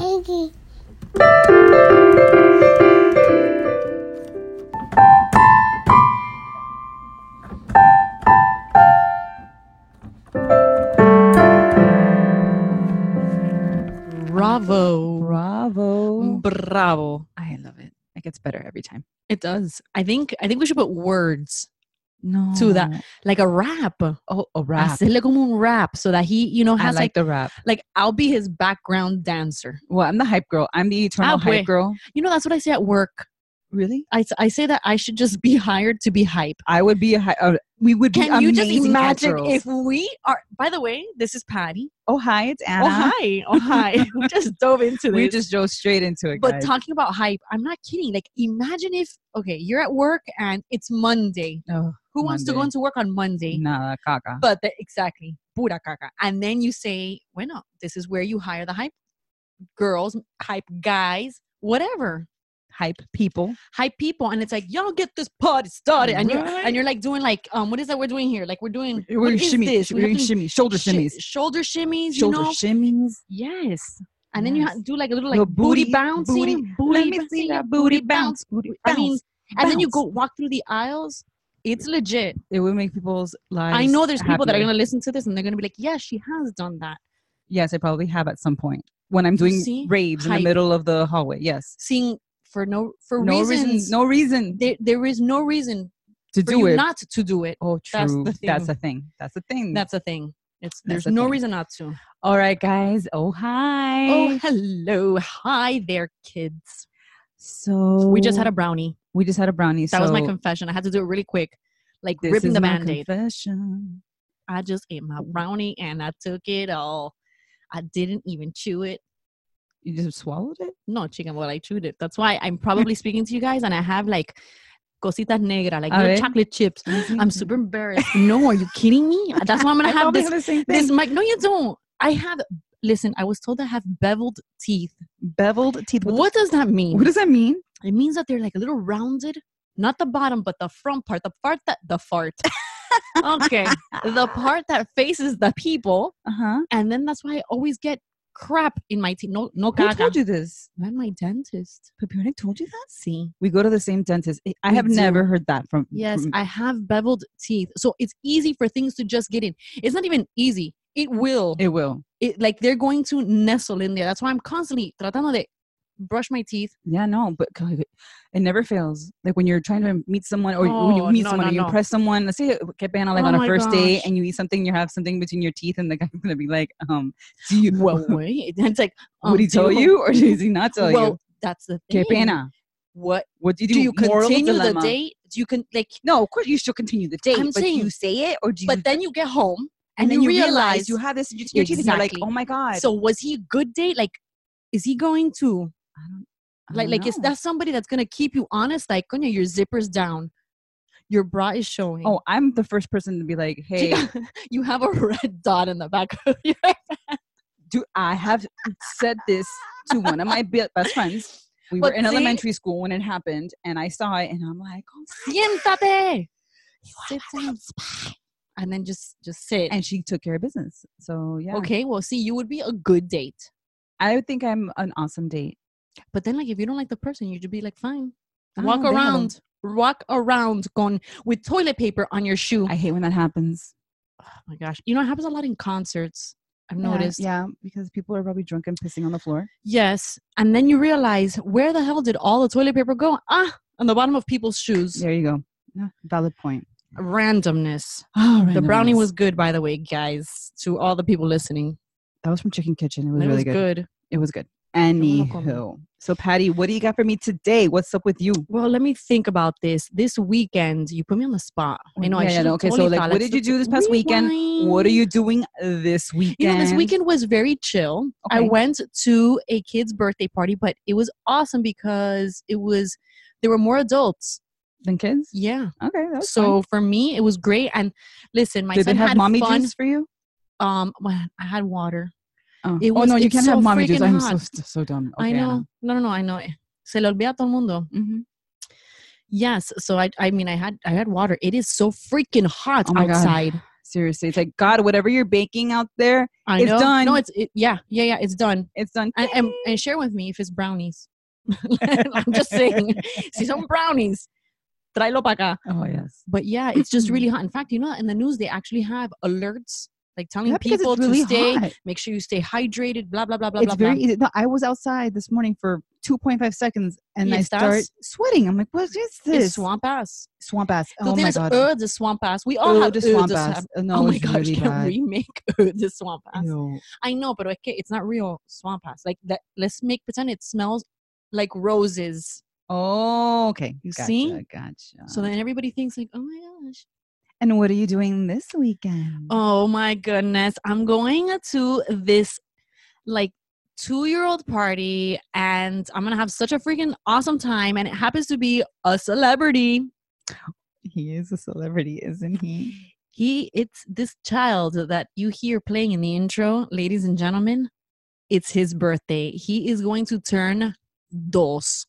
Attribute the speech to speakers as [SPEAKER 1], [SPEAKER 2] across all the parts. [SPEAKER 1] Yogi.
[SPEAKER 2] Bravo.
[SPEAKER 3] Bravo.
[SPEAKER 2] Bravo.
[SPEAKER 3] I love it. It gets better every time.
[SPEAKER 2] It does. I think I think we should put words
[SPEAKER 3] No.
[SPEAKER 2] to that. Like a rap.
[SPEAKER 3] Oh, a rap.
[SPEAKER 2] Hacerle como un rap so that he, you know,
[SPEAKER 3] I
[SPEAKER 2] has
[SPEAKER 3] like,
[SPEAKER 2] like
[SPEAKER 3] the rap.
[SPEAKER 2] like I'll be his background dancer.
[SPEAKER 3] Well, I'm the hype girl. I'm the eternal
[SPEAKER 2] Ah,
[SPEAKER 3] hype
[SPEAKER 2] wait.
[SPEAKER 3] girl.
[SPEAKER 2] You know, that's what I say at work.
[SPEAKER 3] Really?
[SPEAKER 2] I, s- I say that I should just be hired to be hype.
[SPEAKER 3] I would be a hype. Uh, we would be
[SPEAKER 2] Can you just
[SPEAKER 3] amazing hype
[SPEAKER 2] imagine
[SPEAKER 3] girls.
[SPEAKER 2] if we are? By the way, this is Patty.
[SPEAKER 3] Oh hi, it's Anna.
[SPEAKER 2] Oh hi, oh hi. we just dove into this.
[SPEAKER 3] We just drove straight into it.
[SPEAKER 2] but
[SPEAKER 3] guys.
[SPEAKER 2] talking about hype, I'm not kidding. Like, imagine if okay, you're at work and it's Monday.
[SPEAKER 3] oh,
[SPEAKER 2] Who wants to go
[SPEAKER 3] Monday.
[SPEAKER 2] into work on Monday?
[SPEAKER 3] nada, caca.
[SPEAKER 2] But the, exactly, pura caca. And then you say, bueno, this is where you hire the hype girls, hype guys, whatever,
[SPEAKER 3] hype people.
[SPEAKER 2] hype people. And it's like, y'all get this party started. And you're
[SPEAKER 3] Right.
[SPEAKER 2] and you're like doing like, um, what is that we're doing here? Like we're doing
[SPEAKER 3] We're
[SPEAKER 2] what
[SPEAKER 3] doing
[SPEAKER 2] is
[SPEAKER 3] shimmy.
[SPEAKER 2] this?
[SPEAKER 3] We're
[SPEAKER 2] have
[SPEAKER 3] doing
[SPEAKER 2] to-
[SPEAKER 3] shimmy. Shoulder
[SPEAKER 2] shi-
[SPEAKER 3] shimmies.
[SPEAKER 2] shoulder shimmies,
[SPEAKER 3] shoulder
[SPEAKER 2] you know?
[SPEAKER 3] shimmies.
[SPEAKER 2] yes. And then you ha-
[SPEAKER 3] Yes.
[SPEAKER 2] do like a little like
[SPEAKER 3] Little
[SPEAKER 2] booty,
[SPEAKER 3] booty-
[SPEAKER 2] bouncing,
[SPEAKER 3] booty-
[SPEAKER 2] booty,
[SPEAKER 3] Let me see
[SPEAKER 2] bouncing,
[SPEAKER 3] that booty bounce. Booty
[SPEAKER 2] I
[SPEAKER 3] bounce.
[SPEAKER 2] mean, and then you
[SPEAKER 3] bounce.
[SPEAKER 2] go walk through the aisles. It's legit.
[SPEAKER 3] it would make people's lives.
[SPEAKER 2] I know there's people that are
[SPEAKER 3] happier.
[SPEAKER 2] going to listen to this and they're going to be like, yeah, she has done that.
[SPEAKER 3] Yes, I probably have at some point when I'm doing
[SPEAKER 2] see?
[SPEAKER 3] raves in
[SPEAKER 2] Hype.
[SPEAKER 3] the middle of the hallway. Yes,
[SPEAKER 2] Seeing for no for
[SPEAKER 3] no
[SPEAKER 2] reasons.
[SPEAKER 3] reason, no reason
[SPEAKER 2] there, there is no reason
[SPEAKER 3] to
[SPEAKER 2] for
[SPEAKER 3] do
[SPEAKER 2] you
[SPEAKER 3] it.
[SPEAKER 2] not to do it.
[SPEAKER 3] oh,
[SPEAKER 2] that's
[SPEAKER 3] true.
[SPEAKER 2] the
[SPEAKER 3] That's
[SPEAKER 2] thing.
[SPEAKER 3] a thing. That's a thing.
[SPEAKER 2] That's a thing. It's
[SPEAKER 3] That's
[SPEAKER 2] there's
[SPEAKER 3] the
[SPEAKER 2] no
[SPEAKER 3] thing.
[SPEAKER 2] reason not to.
[SPEAKER 3] all right, guys. Oh hi.
[SPEAKER 2] Oh, hello, hi there, kids.
[SPEAKER 3] so
[SPEAKER 2] We just had a brownie.
[SPEAKER 3] we just had a brownie.
[SPEAKER 2] That was my
[SPEAKER 3] Oh. so
[SPEAKER 2] confession. I had to do it really quick, like
[SPEAKER 3] this
[SPEAKER 2] ripping
[SPEAKER 3] is
[SPEAKER 2] the
[SPEAKER 3] my
[SPEAKER 2] band-aid.
[SPEAKER 3] confession.
[SPEAKER 2] I just ate my
[SPEAKER 3] Mm-hmm.
[SPEAKER 2] brownie and I took it all. I didn't even chew it.
[SPEAKER 3] You just swallowed it.
[SPEAKER 2] No, chicken, well, I chewed it. That's why I'm probably speaking to you guys and I have like cositas negra, like
[SPEAKER 3] A
[SPEAKER 2] little
[SPEAKER 3] ver. Mm-hmm.
[SPEAKER 2] chocolate chips. I'm super embarrassed. No, are you kidding me? That's why I'm
[SPEAKER 3] I
[SPEAKER 2] gonna have
[SPEAKER 3] probably
[SPEAKER 2] this
[SPEAKER 3] the same thing.
[SPEAKER 2] this mic. No, you don't. I have listen, I was told I have beveled teeth.
[SPEAKER 3] beveled teeth. What?
[SPEAKER 2] What does that mean?
[SPEAKER 3] what does that mean?
[SPEAKER 2] it means that they're like a little rounded, not the bottom, but the front part, the part that the fart. okay. The part that faces the people.
[SPEAKER 3] Uh huh.
[SPEAKER 2] And then that's why I always get crap in my teeth. No no
[SPEAKER 3] Who
[SPEAKER 2] caca.
[SPEAKER 3] told you this?
[SPEAKER 2] Man, my dentist.
[SPEAKER 3] Papione told you that.
[SPEAKER 2] See.
[SPEAKER 3] We go to the same dentist. I- I
[SPEAKER 2] We
[SPEAKER 3] have
[SPEAKER 2] do.
[SPEAKER 3] never heard that from.
[SPEAKER 2] Yes,
[SPEAKER 3] from-
[SPEAKER 2] I have beveled teeth. So it's easy for things to just get in. It's not even easy. It will. It,
[SPEAKER 3] it will.
[SPEAKER 2] like they're going to nestle in there. That's why I'm constantly tratando de brush my teeth.
[SPEAKER 3] Yeah, no, but c- it never fails. Like when you're trying to meet someone or when you
[SPEAKER 2] Oh,
[SPEAKER 3] meet
[SPEAKER 2] no,
[SPEAKER 3] someone
[SPEAKER 2] no,
[SPEAKER 3] or you
[SPEAKER 2] no.
[SPEAKER 3] impress someone, let's say que pena like
[SPEAKER 2] Oh
[SPEAKER 3] on a
[SPEAKER 2] my
[SPEAKER 3] first date
[SPEAKER 2] gosh.
[SPEAKER 3] and you eat something, you have something between your teeth and the guy's gonna be like, um, do you
[SPEAKER 2] Well, wait. It's like, um,
[SPEAKER 3] would he
[SPEAKER 2] do
[SPEAKER 3] tell you or does he not tell
[SPEAKER 2] well,
[SPEAKER 3] you?
[SPEAKER 2] that's the
[SPEAKER 3] Que
[SPEAKER 2] thing.
[SPEAKER 3] pena.
[SPEAKER 2] What
[SPEAKER 3] What do you do?
[SPEAKER 2] do you
[SPEAKER 3] Moral
[SPEAKER 2] continue the
[SPEAKER 3] dilemma.
[SPEAKER 2] date? Do you can like?
[SPEAKER 3] No, of course you still continue the date,
[SPEAKER 2] I'm
[SPEAKER 3] but do you
[SPEAKER 2] saying-
[SPEAKER 3] say it or do you
[SPEAKER 2] But then you get home
[SPEAKER 3] and, then you realize you
[SPEAKER 2] you have.
[SPEAKER 3] have this between your teeth and you're like,
[SPEAKER 2] Exactly.
[SPEAKER 3] oh my god.
[SPEAKER 2] So was he a good date? Like, is he going to
[SPEAKER 3] I don't- I
[SPEAKER 2] like
[SPEAKER 3] don't
[SPEAKER 2] like is
[SPEAKER 3] know.
[SPEAKER 2] that somebody that's gonna keep you honest? Like, coño, your zipper's down, your bra is showing.
[SPEAKER 3] Oh, I'm the first person to be like, hey,
[SPEAKER 2] Chica, you have a red dot in the back of your head.
[SPEAKER 3] do I have said this to one of my be- best friends? We were
[SPEAKER 2] But
[SPEAKER 3] in
[SPEAKER 2] see-
[SPEAKER 3] elementary school when it happened, and I saw it, and I'm like, oh my
[SPEAKER 2] Siéntate. Sit down. And then just just sit.
[SPEAKER 3] and she took care of business. So yeah,
[SPEAKER 2] Okay, well, see, you would be a good date.
[SPEAKER 3] I would think I'm an awesome date.
[SPEAKER 2] But then, like, if you don't like the person, you'd be like, fine,
[SPEAKER 3] Ah,
[SPEAKER 2] walk
[SPEAKER 3] déjalo.
[SPEAKER 2] around, walk around, con with toilet paper on your shoe.
[SPEAKER 3] I hate when that happens.
[SPEAKER 2] oh my gosh, you know, it happens a lot in concerts. I've
[SPEAKER 3] Yeah,
[SPEAKER 2] noticed.
[SPEAKER 3] yeah, because people are probably drunk and pissing on the floor.
[SPEAKER 2] Yes, and then you realize where the hell did all the toilet paper go? Ah, on the bottom of people's shoes.
[SPEAKER 3] There you go. Yeah, valid point.
[SPEAKER 2] Randomness.
[SPEAKER 3] Oh,
[SPEAKER 2] The brownie was good, by the way, guys. To all the people listening,
[SPEAKER 3] that was from Chicken Kitchen. It was
[SPEAKER 2] it
[SPEAKER 3] really
[SPEAKER 2] was
[SPEAKER 3] good.
[SPEAKER 2] good.
[SPEAKER 3] It was good.
[SPEAKER 2] no comí.
[SPEAKER 3] Anywho, so Patty, what do you got for me today? What's up with you?
[SPEAKER 2] Well, let me think about this. This weekend, you put me on the spot. I know. I
[SPEAKER 3] Yeah, yeah,
[SPEAKER 2] should've
[SPEAKER 3] no, okay, so,
[SPEAKER 2] totally
[SPEAKER 3] like,
[SPEAKER 2] thought,
[SPEAKER 3] what
[SPEAKER 2] let's
[SPEAKER 3] did you do this past
[SPEAKER 2] rewind.
[SPEAKER 3] What are you doing this weekend?
[SPEAKER 2] You know, this weekend was very chill. I
[SPEAKER 3] Okay.
[SPEAKER 2] went to a kid's birthday party, but it was awesome because it was there were more adults.
[SPEAKER 3] than kids.
[SPEAKER 2] Yeah.
[SPEAKER 3] Okay, that was
[SPEAKER 2] So for me, it was great. And listen, my
[SPEAKER 3] fun. did
[SPEAKER 2] son
[SPEAKER 3] they have
[SPEAKER 2] had
[SPEAKER 3] mommy
[SPEAKER 2] fun.
[SPEAKER 3] juice for you?
[SPEAKER 2] Um, well, I had water.
[SPEAKER 3] Oh,
[SPEAKER 2] It
[SPEAKER 3] Oh,
[SPEAKER 2] was-
[SPEAKER 3] no, you
[SPEAKER 2] it's
[SPEAKER 3] can't
[SPEAKER 2] so
[SPEAKER 3] have mommy juice.
[SPEAKER 2] freaking
[SPEAKER 3] I'm so,
[SPEAKER 2] hot.
[SPEAKER 3] so so dumb.
[SPEAKER 2] I
[SPEAKER 3] Okay,
[SPEAKER 2] know. Mm-hmm. No, no, no. I know. Se le olvida a todo el mundo.
[SPEAKER 3] hmm
[SPEAKER 2] Yes. So I, I mean, I had, I had water. It is so freaking hot
[SPEAKER 3] Oh my God.
[SPEAKER 2] outside.
[SPEAKER 3] seriously, it's like God, whatever you're baking out there,
[SPEAKER 2] I
[SPEAKER 3] It's
[SPEAKER 2] know.
[SPEAKER 3] done.
[SPEAKER 2] No, it's it, yeah, yeah, yeah. It's done.
[SPEAKER 3] it's done.
[SPEAKER 2] And, and and share with me if it's brownies. I'm just saying, si son brownies, tráelo para acá.
[SPEAKER 3] oh yes,
[SPEAKER 2] But yeah, it's just really
[SPEAKER 3] Mm.
[SPEAKER 2] hot. In fact, you know, in the news they actually have alerts like telling
[SPEAKER 3] Yeah, because it's
[SPEAKER 2] people
[SPEAKER 3] really
[SPEAKER 2] to stay,
[SPEAKER 3] hot.
[SPEAKER 2] make sure you stay hydrated, blah blah blah blah
[SPEAKER 3] it's
[SPEAKER 2] blah
[SPEAKER 3] very
[SPEAKER 2] blah.
[SPEAKER 3] easy. No, I was outside this morning for 2.5 seconds, and
[SPEAKER 2] Y
[SPEAKER 3] I
[SPEAKER 2] estás-
[SPEAKER 3] start sweating. I'm like, what is this?
[SPEAKER 2] It's swamp ass.
[SPEAKER 3] swamp ass.
[SPEAKER 2] Tú
[SPEAKER 3] Oh my
[SPEAKER 2] tienes
[SPEAKER 3] god.
[SPEAKER 2] Eau de swamp ass. We all
[SPEAKER 3] Oh,
[SPEAKER 2] have
[SPEAKER 3] the
[SPEAKER 2] eau
[SPEAKER 3] swamp
[SPEAKER 2] de
[SPEAKER 3] ass.
[SPEAKER 2] swamp.
[SPEAKER 3] Uh, No,
[SPEAKER 2] Oh my
[SPEAKER 3] it's
[SPEAKER 2] gosh,
[SPEAKER 3] really
[SPEAKER 2] can
[SPEAKER 3] bad.
[SPEAKER 2] we make eau de swamp ass?
[SPEAKER 3] Ew.
[SPEAKER 2] I know, but okay, it's not real swamp ass. Like that, let's make pretend it smells like roses.
[SPEAKER 3] Oh, okay.
[SPEAKER 2] You
[SPEAKER 3] Gotcha,
[SPEAKER 2] see?
[SPEAKER 3] Gotcha.
[SPEAKER 2] So then everybody thinks like, oh my gosh,
[SPEAKER 3] and what are you doing this weekend?
[SPEAKER 2] oh my goodness, I'm going to this like two year old party and I'm gonna have such a freaking awesome time. And it happens to be a celebrity.
[SPEAKER 3] He is a celebrity, isn't he?
[SPEAKER 2] He, it's this child that you hear playing in the intro, ladies and gentlemen. It's his birthday. He is going to turn dos.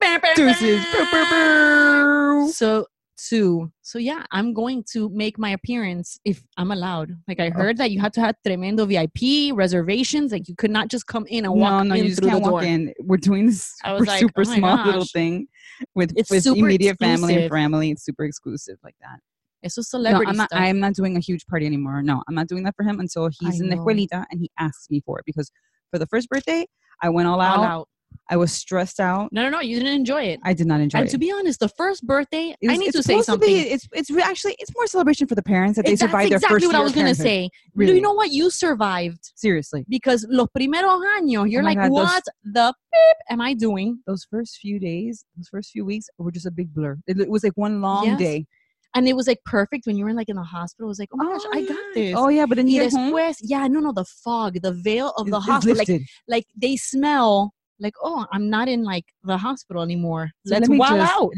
[SPEAKER 2] Bam, bam,
[SPEAKER 3] Deuces.
[SPEAKER 2] bam.
[SPEAKER 3] Bow, bow, bow.
[SPEAKER 2] So two. So yeah, I'm going to make my appearance if I'm allowed. Like I heard that you had to have tremendo VIP reservations. Like you could not just come in and
[SPEAKER 3] No,
[SPEAKER 2] walk
[SPEAKER 3] no,
[SPEAKER 2] in
[SPEAKER 3] you just
[SPEAKER 2] through
[SPEAKER 3] can't
[SPEAKER 2] the door.
[SPEAKER 3] walk in. We're doing this
[SPEAKER 2] I
[SPEAKER 3] super,
[SPEAKER 2] was like,
[SPEAKER 3] super
[SPEAKER 2] oh my
[SPEAKER 3] small little
[SPEAKER 2] gosh.
[SPEAKER 3] thing with,
[SPEAKER 2] It's
[SPEAKER 3] with
[SPEAKER 2] super
[SPEAKER 3] immediate family and
[SPEAKER 2] exclusive.
[SPEAKER 3] family. It's super exclusive like that.
[SPEAKER 2] It's a
[SPEAKER 3] No,
[SPEAKER 2] celebrity
[SPEAKER 3] I'm not,
[SPEAKER 2] stuff.
[SPEAKER 3] I'm not doing a huge party anymore. No, I'm not doing that for him until he's
[SPEAKER 2] I
[SPEAKER 3] in the
[SPEAKER 2] know.
[SPEAKER 3] Juelita and he asks me for it because for the first birthday, I went all out.
[SPEAKER 2] all out.
[SPEAKER 3] I was stressed out.
[SPEAKER 2] No, no, no. You didn't enjoy it.
[SPEAKER 3] I did not enjoy
[SPEAKER 2] and
[SPEAKER 3] it.
[SPEAKER 2] to be honest, the first birthday,
[SPEAKER 3] It
[SPEAKER 2] I
[SPEAKER 3] was-
[SPEAKER 2] need
[SPEAKER 3] it's
[SPEAKER 2] to say
[SPEAKER 3] supposed
[SPEAKER 2] something.
[SPEAKER 3] be- it's it's re- actually it's more celebration for the parents that they
[SPEAKER 2] Ex- That's
[SPEAKER 3] survived their
[SPEAKER 2] exactly
[SPEAKER 3] first
[SPEAKER 2] what I
[SPEAKER 3] year of
[SPEAKER 2] was gonna
[SPEAKER 3] parenthood.
[SPEAKER 2] say.
[SPEAKER 3] Really.
[SPEAKER 2] You know what? You survived
[SPEAKER 3] Seriously,
[SPEAKER 2] because los primeros años, you're
[SPEAKER 3] Oh my
[SPEAKER 2] like,
[SPEAKER 3] God, those-
[SPEAKER 2] what the beep am I doing?
[SPEAKER 3] those first few days, those first few weeks were just a big blur. It, it was like one long
[SPEAKER 2] Yes.
[SPEAKER 3] day.
[SPEAKER 2] And it was like perfect when you were in like in the hospital. It was like, oh my gosh, I got this.
[SPEAKER 3] Oh yeah, but then
[SPEAKER 2] Y
[SPEAKER 3] you get home.
[SPEAKER 2] después, yeah, no, no, the fog, the veil of the
[SPEAKER 3] it's- it's
[SPEAKER 2] hospital, like,
[SPEAKER 3] lifted.
[SPEAKER 2] like they smell like, oh, I'm not in like the hospital anymore.
[SPEAKER 3] So
[SPEAKER 2] Let's
[SPEAKER 3] let me
[SPEAKER 2] wild
[SPEAKER 3] just,
[SPEAKER 2] out.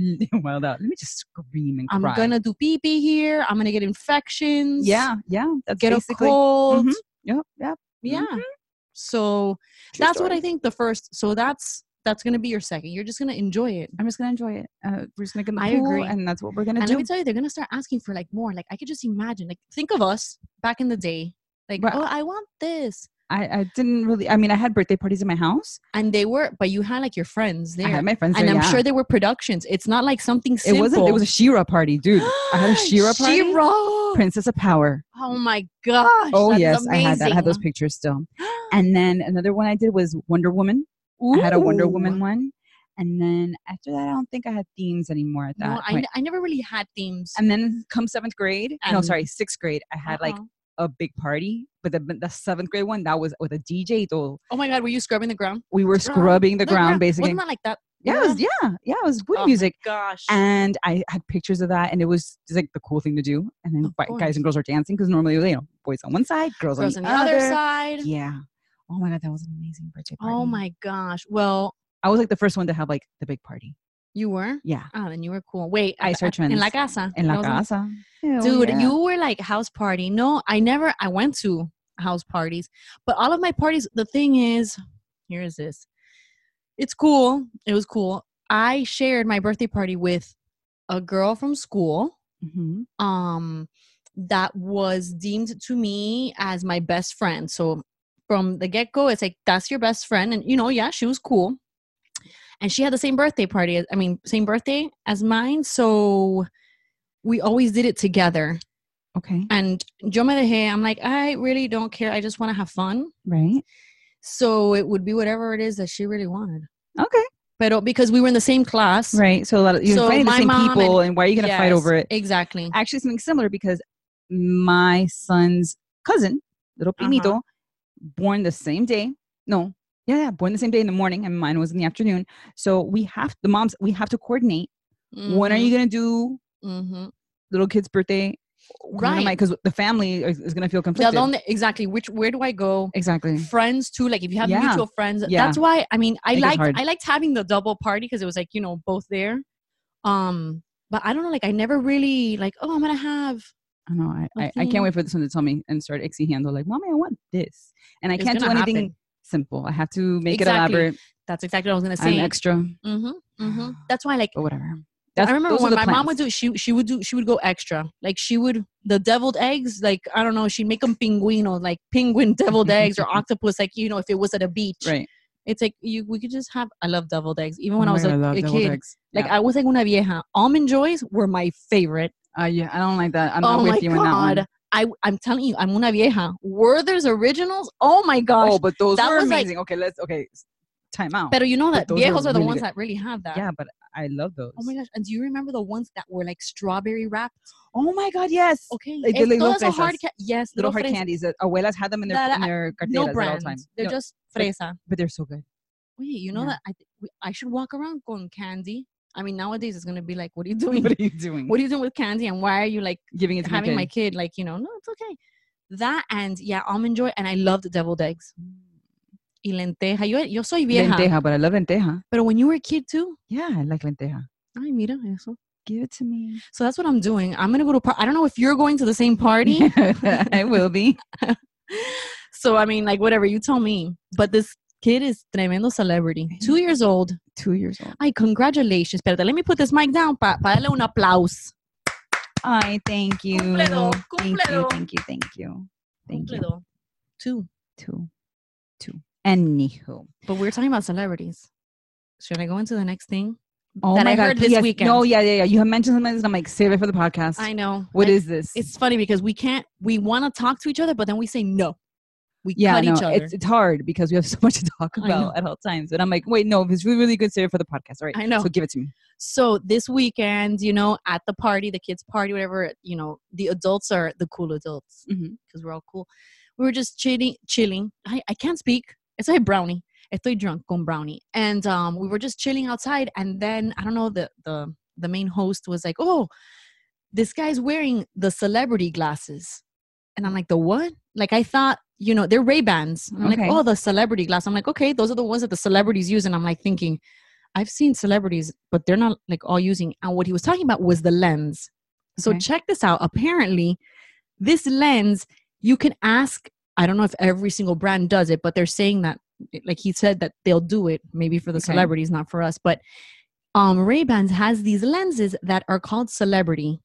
[SPEAKER 3] Wild out. Let me just scream and
[SPEAKER 2] I'm
[SPEAKER 3] cry.
[SPEAKER 2] gonna do pee pee here. I'm gonna get infections.
[SPEAKER 3] Yeah, yeah. That's
[SPEAKER 2] get
[SPEAKER 3] basically.
[SPEAKER 2] a cold.
[SPEAKER 3] Mhm. Yep, yep.
[SPEAKER 2] Yeah.
[SPEAKER 3] Mhm.
[SPEAKER 2] So
[SPEAKER 3] True
[SPEAKER 2] that's what
[SPEAKER 3] story.
[SPEAKER 2] I think. The first. So that's that's gonna be your second. You're just gonna enjoy it.
[SPEAKER 3] I'm just gonna enjoy it. Uh, we're just gonna get in the
[SPEAKER 2] I
[SPEAKER 3] pool,
[SPEAKER 2] agree.
[SPEAKER 3] and that's what we're gonna
[SPEAKER 2] And
[SPEAKER 3] do.
[SPEAKER 2] let me tell you, they're gonna start asking for like more. Like I could just imagine. Like think of us back in the day. Like
[SPEAKER 3] Right.
[SPEAKER 2] oh, I want this.
[SPEAKER 3] I, I didn't really. I mean, I had birthday parties in my house.
[SPEAKER 2] And they were, but you had like your friends there.
[SPEAKER 3] I had my friends.
[SPEAKER 2] and
[SPEAKER 3] there,
[SPEAKER 2] I'm
[SPEAKER 3] yeah.
[SPEAKER 2] sure there were productions. It's not like something
[SPEAKER 3] It
[SPEAKER 2] simple.
[SPEAKER 3] wasn't. It was a Shira party, dude. I had a Shira party.
[SPEAKER 2] Shira.
[SPEAKER 3] Princess of Power.
[SPEAKER 2] Oh my gosh.
[SPEAKER 3] Oh
[SPEAKER 2] that's
[SPEAKER 3] yes, I had that. I had those
[SPEAKER 2] amazing.
[SPEAKER 3] pictures still. And then another one I did was Wonder Woman. I had a Wonder Woman
[SPEAKER 2] Ooh.
[SPEAKER 3] one. And then after that, I don't think I had themes anymore at that
[SPEAKER 2] No, I,
[SPEAKER 3] point.
[SPEAKER 2] n- I never really had themes.
[SPEAKER 3] and then come seventh grade, no,
[SPEAKER 2] And-
[SPEAKER 3] sorry, sixth grade, I had like
[SPEAKER 2] Uh-uh.
[SPEAKER 3] a big party. But the, but the seventh grade one, that was with a DJ. Though
[SPEAKER 2] Oh my God, were you scrubbing the ground?
[SPEAKER 3] we were
[SPEAKER 2] Scrub
[SPEAKER 3] scrubbing the ground, basically.
[SPEAKER 2] Wasn't that like that?
[SPEAKER 3] Yeah, it was, yeah, yeah. It was booty
[SPEAKER 2] Oh my
[SPEAKER 3] music.
[SPEAKER 2] Gosh.
[SPEAKER 3] and I had pictures of that, and it was just like the cool thing to do. And then
[SPEAKER 2] Of
[SPEAKER 3] bi-
[SPEAKER 2] course.
[SPEAKER 3] guys and girls are dancing because normally you know boys on one side, girls,
[SPEAKER 2] Girls
[SPEAKER 3] on the, other,
[SPEAKER 2] side.
[SPEAKER 3] Yeah. Oh my god, that was an amazing birthday party.
[SPEAKER 2] Oh my gosh. Well,
[SPEAKER 3] I was like the first one to have like the big party.
[SPEAKER 2] you were?
[SPEAKER 3] Yeah,
[SPEAKER 2] Ah, then you were cool. Wait.
[SPEAKER 3] I
[SPEAKER 2] at-
[SPEAKER 3] search
[SPEAKER 2] at- In La
[SPEAKER 3] trends.
[SPEAKER 2] Casa.
[SPEAKER 3] in La
[SPEAKER 2] That was in-
[SPEAKER 3] Casa. Oh,
[SPEAKER 2] Dude, you were like house party. No, I never I went to house parties. But all of my parties, the thing is, here is this. It's cool. It was cool. I shared my birthday party with a girl from school
[SPEAKER 3] hmm
[SPEAKER 2] um that was deemed to me as my best friend. So from the get-go, it's like that's your best friend and you know, yeah, she was cool. And she had the same birthday party, as- I mean, same birthday as mine, so we always did it together.
[SPEAKER 3] Okay.
[SPEAKER 2] And yo me dejé. I'm like, I really don't care. I just want to have fun.
[SPEAKER 3] Right.
[SPEAKER 2] So it would be whatever it is that she really wanted.
[SPEAKER 3] Okay.
[SPEAKER 2] But because we were in the same class,
[SPEAKER 3] Right. So a lot of you're
[SPEAKER 2] So
[SPEAKER 3] fighting the
[SPEAKER 2] my
[SPEAKER 3] same
[SPEAKER 2] mom
[SPEAKER 3] people, and, why are you gonna fight
[SPEAKER 2] yes,
[SPEAKER 3] over it?
[SPEAKER 2] Exactly.
[SPEAKER 3] Actually, something similar because my son's cousin, little
[SPEAKER 2] Uh-huh.
[SPEAKER 3] Pinito, born the same day. No, yeah, yeah, born the same day in the morning, and mine was in the afternoon. So we have the moms. We have to coordinate. When are you gonna do
[SPEAKER 2] Mm-hmm.
[SPEAKER 3] little kid's birthday?
[SPEAKER 2] Right.
[SPEAKER 3] Because the family is, is gonna feel conflicted.
[SPEAKER 2] exactly. Which where do I go?
[SPEAKER 3] exactly.
[SPEAKER 2] Friends too. Like if you have
[SPEAKER 3] Mm. Yeah.
[SPEAKER 2] mutual friends,
[SPEAKER 3] Yeah.
[SPEAKER 2] that's why. I mean, I
[SPEAKER 3] It gets
[SPEAKER 2] liked
[SPEAKER 3] hard.
[SPEAKER 2] I liked having the double party because it was like you know both there. Um, but I don't know. Like I never really like. Oh, I'm gonna have.
[SPEAKER 3] I know. I, I, I
[SPEAKER 2] Okay.
[SPEAKER 3] can't wait for this one to tell me and start exigiendo like, mommy, I want this, and I
[SPEAKER 2] It's
[SPEAKER 3] can't do
[SPEAKER 2] gonna
[SPEAKER 3] anything
[SPEAKER 2] happen.
[SPEAKER 3] simple. I have to make
[SPEAKER 2] Exactly.
[SPEAKER 3] it elaborate.
[SPEAKER 2] That's exactly what I was gonna
[SPEAKER 3] I'm
[SPEAKER 2] say.
[SPEAKER 3] extra,
[SPEAKER 2] mm-hmm, mm-hmm. That's why like
[SPEAKER 3] but whatever. That's,
[SPEAKER 2] I remember
[SPEAKER 3] those are
[SPEAKER 2] when
[SPEAKER 3] the
[SPEAKER 2] my mom
[SPEAKER 3] plans.
[SPEAKER 2] would do she she would do she would go extra. Like she would the deviled eggs, like I don't know, she'd make them pinguino, like penguin deviled eggs or octopus, like you know, if it was at a beach.
[SPEAKER 3] Right.
[SPEAKER 2] It's like you we could just have I love deviled eggs. Even
[SPEAKER 3] Oh
[SPEAKER 2] when I
[SPEAKER 3] my
[SPEAKER 2] was
[SPEAKER 3] God,
[SPEAKER 2] a,
[SPEAKER 3] love
[SPEAKER 2] a
[SPEAKER 3] deviled
[SPEAKER 2] kid.
[SPEAKER 3] eggs.
[SPEAKER 2] Like
[SPEAKER 3] yeah.
[SPEAKER 2] I was like una vieja. Almond joys were my favorite.
[SPEAKER 3] I, uh, yeah, I don't like that. I'm not
[SPEAKER 2] oh
[SPEAKER 3] with
[SPEAKER 2] my
[SPEAKER 3] you on that
[SPEAKER 2] god.
[SPEAKER 3] one.
[SPEAKER 2] I I'm telling you, I'm una vieja. Werther's originals? Oh my gosh.
[SPEAKER 3] oh, but those
[SPEAKER 2] that
[SPEAKER 3] were
[SPEAKER 2] was, like-
[SPEAKER 3] amazing. okay, let's okay. s- Time out.
[SPEAKER 2] But you know
[SPEAKER 3] But
[SPEAKER 2] that
[SPEAKER 3] those are
[SPEAKER 2] viejos are the
[SPEAKER 3] really
[SPEAKER 2] ones
[SPEAKER 3] good.
[SPEAKER 2] that really have that.
[SPEAKER 3] yeah, but I love those.
[SPEAKER 2] Oh my gosh. And do you remember the ones that were like strawberry wrapped?
[SPEAKER 3] Oh my god, yes.
[SPEAKER 2] Okay.
[SPEAKER 3] Like the
[SPEAKER 2] Es-
[SPEAKER 3] little
[SPEAKER 2] todas are hard
[SPEAKER 3] fresas.
[SPEAKER 2] ca- yes,
[SPEAKER 3] Little hard
[SPEAKER 2] fresas.
[SPEAKER 3] candies that abuelas had them in their
[SPEAKER 2] That
[SPEAKER 3] in
[SPEAKER 2] I-
[SPEAKER 3] their carteras
[SPEAKER 2] No
[SPEAKER 3] at all
[SPEAKER 2] brands.
[SPEAKER 3] time.
[SPEAKER 2] They're
[SPEAKER 3] No,
[SPEAKER 2] just
[SPEAKER 3] but-
[SPEAKER 2] fresa.
[SPEAKER 3] but they're so good.
[SPEAKER 2] Wait, you know
[SPEAKER 3] Yeah.
[SPEAKER 2] that I, th- we- I should walk around con candy. I mean, nowadays it's gonna be like, what are you doing?
[SPEAKER 3] What are you doing?
[SPEAKER 2] what are you doing with candy? And why are you like
[SPEAKER 3] Giving it to
[SPEAKER 2] having my
[SPEAKER 3] my kid.
[SPEAKER 2] kid? Like, you know, no, it's okay. That and yeah, almond joy. And I loved deviled eggs. Y lenteja. Yo, yo soy vieja.
[SPEAKER 3] lenteja, but I love lenteja.
[SPEAKER 2] But when you were a kid too,
[SPEAKER 3] Yeah, I like lenteja.
[SPEAKER 2] ay, mira eso.
[SPEAKER 3] Give it to me.
[SPEAKER 2] So that's what I'm doing. I'm gonna go to. Par- I don't know if you're going to the same party.
[SPEAKER 3] I will be.
[SPEAKER 2] so I mean, like whatever you tell me. But this kid is tremendo celebrity. Two years old.
[SPEAKER 3] Two years old.
[SPEAKER 2] Ay, congratulations. Espérate, let me put this mic down para pa darle un aplauso.
[SPEAKER 3] I thank you.
[SPEAKER 2] Cúmplelo,
[SPEAKER 3] Thank you.
[SPEAKER 2] cúmplelo.
[SPEAKER 3] Thank you. Thank you. Thank you.
[SPEAKER 2] Cumplido. Two.
[SPEAKER 3] Two. Two. Anywho.
[SPEAKER 2] But we're talking about celebrities. Should I go into the next thing?
[SPEAKER 3] Oh
[SPEAKER 2] That
[SPEAKER 3] my
[SPEAKER 2] I
[SPEAKER 3] God,
[SPEAKER 2] heard this
[SPEAKER 3] yes.
[SPEAKER 2] weekend.
[SPEAKER 3] No, yeah, yeah, yeah. You have mentioned something like this. and I'm like, save it for the podcast.
[SPEAKER 2] I know.
[SPEAKER 3] What
[SPEAKER 2] I-
[SPEAKER 3] is this?
[SPEAKER 2] It's funny because we can't. We want to talk to each other, but then we say no. We
[SPEAKER 3] yeah,
[SPEAKER 2] cut
[SPEAKER 3] no,
[SPEAKER 2] each other.
[SPEAKER 3] It's, it's hard because we have so much to talk
[SPEAKER 2] I know.
[SPEAKER 3] about at all times. And I'm like, wait, no, if it's really, really good, save it for the podcast. All right.
[SPEAKER 2] I know.
[SPEAKER 3] So give it to me.
[SPEAKER 2] So this weekend, you know, at the party, the kids' party, whatever, you know, the adults are the cool adults because
[SPEAKER 3] Mhm.
[SPEAKER 2] we're all cool. We were just chilling, chilling. I, I can't speak. It's like brownie. Estoy drunk con brownie. And um, we were just chilling outside, and then I don't know the the the main host was like, "Oh, this guy's wearing the celebrity glasses," and I'm like, "The what?" Like I thought. You know, they're Ray Bans. I'm
[SPEAKER 3] Okay.
[SPEAKER 2] like, oh, the celebrity glass. I'm like, okay, those are the ones that the celebrities use. And I'm like thinking, I've seen celebrities, but they're not like all using. And what he was talking about was the lens. So
[SPEAKER 3] Okay.
[SPEAKER 2] check this out. Apparently, this lens you can ask. I don't know if every single brand does it, but they're saying that, like he said, that they'll do it. Maybe for the
[SPEAKER 3] Okay.
[SPEAKER 2] celebrities, not for us. But um, Ray Bans has these lenses that are called celebrity.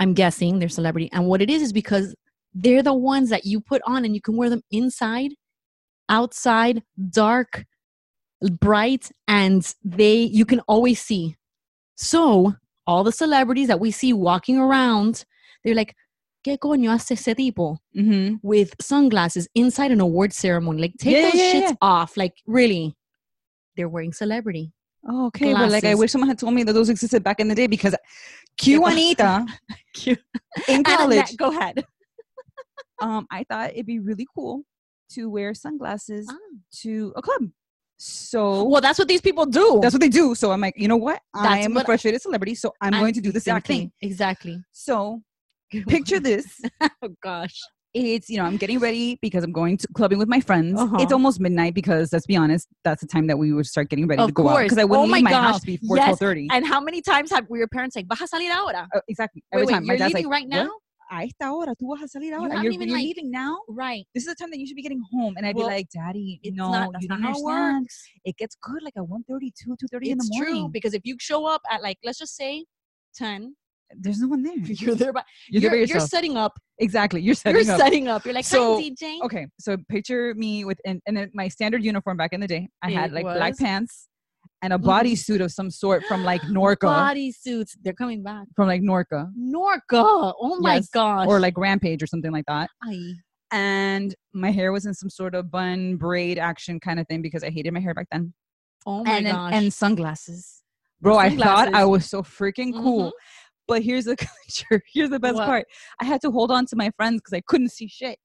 [SPEAKER 2] I'm guessing they're celebrity, and what it is is because they're the ones that you put on and you can wear them inside, outside, dark, bright and they you can always see so all the celebrities that we see walking around they're like ¿Qué coño hace ese tipo?
[SPEAKER 3] Mm-hmm.
[SPEAKER 2] With sunglasses inside an award ceremony. Like, take
[SPEAKER 3] Yeah,
[SPEAKER 2] those
[SPEAKER 3] yeah,
[SPEAKER 2] shits
[SPEAKER 3] yeah.
[SPEAKER 2] off. Like, really? They're wearing celebrity.
[SPEAKER 3] Oh, okay. But like, I
[SPEAKER 2] Glasses.
[SPEAKER 3] wish someone had told me that those existed back in the day because Q Anita
[SPEAKER 2] Cute.
[SPEAKER 3] in college,
[SPEAKER 2] go ahead.
[SPEAKER 3] um, I thought it'd be really cool to wear sunglasses to a club. So
[SPEAKER 2] Ah. Well, that's what these people do.
[SPEAKER 3] that's what they do. So I'm like, you know what? I
[SPEAKER 2] That's
[SPEAKER 3] am a
[SPEAKER 2] what-
[SPEAKER 3] frustrated celebrity, so I'm
[SPEAKER 2] I-
[SPEAKER 3] going to do the same
[SPEAKER 2] exactly.
[SPEAKER 3] thing.
[SPEAKER 2] Exactly.
[SPEAKER 3] So picture this.
[SPEAKER 2] oh, gosh.
[SPEAKER 3] It's you know I'm getting ready because I'm going to clubbing with my friends.
[SPEAKER 2] Uh-huh.
[SPEAKER 3] It's almost midnight because let's be honest, that's the time that we would start getting ready
[SPEAKER 2] Of
[SPEAKER 3] to go out
[SPEAKER 2] course.
[SPEAKER 3] because I
[SPEAKER 2] Oh
[SPEAKER 3] wouldn't leave
[SPEAKER 2] my
[SPEAKER 3] my
[SPEAKER 2] gosh.
[SPEAKER 3] house before
[SPEAKER 2] Yes.
[SPEAKER 3] 12:30.
[SPEAKER 2] And how many times have were your parents like, ¿Vas a salir ahora?
[SPEAKER 3] Uh, exactly.
[SPEAKER 2] Wait,
[SPEAKER 3] Every
[SPEAKER 2] wait,
[SPEAKER 3] time my
[SPEAKER 2] you're
[SPEAKER 3] dad's
[SPEAKER 2] leaving
[SPEAKER 3] like,
[SPEAKER 2] right
[SPEAKER 3] "What?
[SPEAKER 2] now?
[SPEAKER 3] a esta hora tú vas a salir ahora.
[SPEAKER 2] haven't
[SPEAKER 3] you're
[SPEAKER 2] even,
[SPEAKER 3] you're
[SPEAKER 2] like-
[SPEAKER 3] leaving now.
[SPEAKER 2] Right.
[SPEAKER 3] This is the time that you should be getting home. And I'd
[SPEAKER 2] Well,
[SPEAKER 3] be like, Daddy,
[SPEAKER 2] It's
[SPEAKER 3] no,
[SPEAKER 2] not, that's
[SPEAKER 3] you
[SPEAKER 2] not
[SPEAKER 3] don't
[SPEAKER 2] how it
[SPEAKER 3] understand.
[SPEAKER 2] works.
[SPEAKER 3] It gets good like at 1.30, 2.30 in the
[SPEAKER 2] it's
[SPEAKER 3] morning.
[SPEAKER 2] true because if you show up at like let's just say 10
[SPEAKER 3] There's no one there.
[SPEAKER 2] you're
[SPEAKER 3] You're,
[SPEAKER 2] there by
[SPEAKER 3] there by
[SPEAKER 2] you're,
[SPEAKER 3] yourself.
[SPEAKER 2] setting up
[SPEAKER 3] exactly. You're setting
[SPEAKER 2] you're
[SPEAKER 3] up.
[SPEAKER 2] setting up you're like
[SPEAKER 3] So,
[SPEAKER 2] hi dj
[SPEAKER 3] okay, so picture me with and, and then my standard uniform back in the day. I had
[SPEAKER 2] It
[SPEAKER 3] like black
[SPEAKER 2] was-
[SPEAKER 3] pants and a
[SPEAKER 2] Mhm.
[SPEAKER 3] bodysuit of some sort from like Norca.
[SPEAKER 2] body suits they're coming back
[SPEAKER 3] From like Norca.
[SPEAKER 2] norca oh my
[SPEAKER 3] Yes,
[SPEAKER 2] gosh
[SPEAKER 3] Or like Rampage or something like that.
[SPEAKER 2] Ay.
[SPEAKER 3] And my hair was in some sort of bun braid action kind of thing because I hated my hair back then.
[SPEAKER 2] oh my
[SPEAKER 3] and,
[SPEAKER 2] gosh
[SPEAKER 3] and and sunglasses. Bro, I thought I
[SPEAKER 2] Sunglasses.
[SPEAKER 3] was so freaking cool.
[SPEAKER 2] Mhm.
[SPEAKER 3] But here's the culture. Here's the best
[SPEAKER 2] What?
[SPEAKER 3] part. I had to hold on to my friends because I couldn't see shit.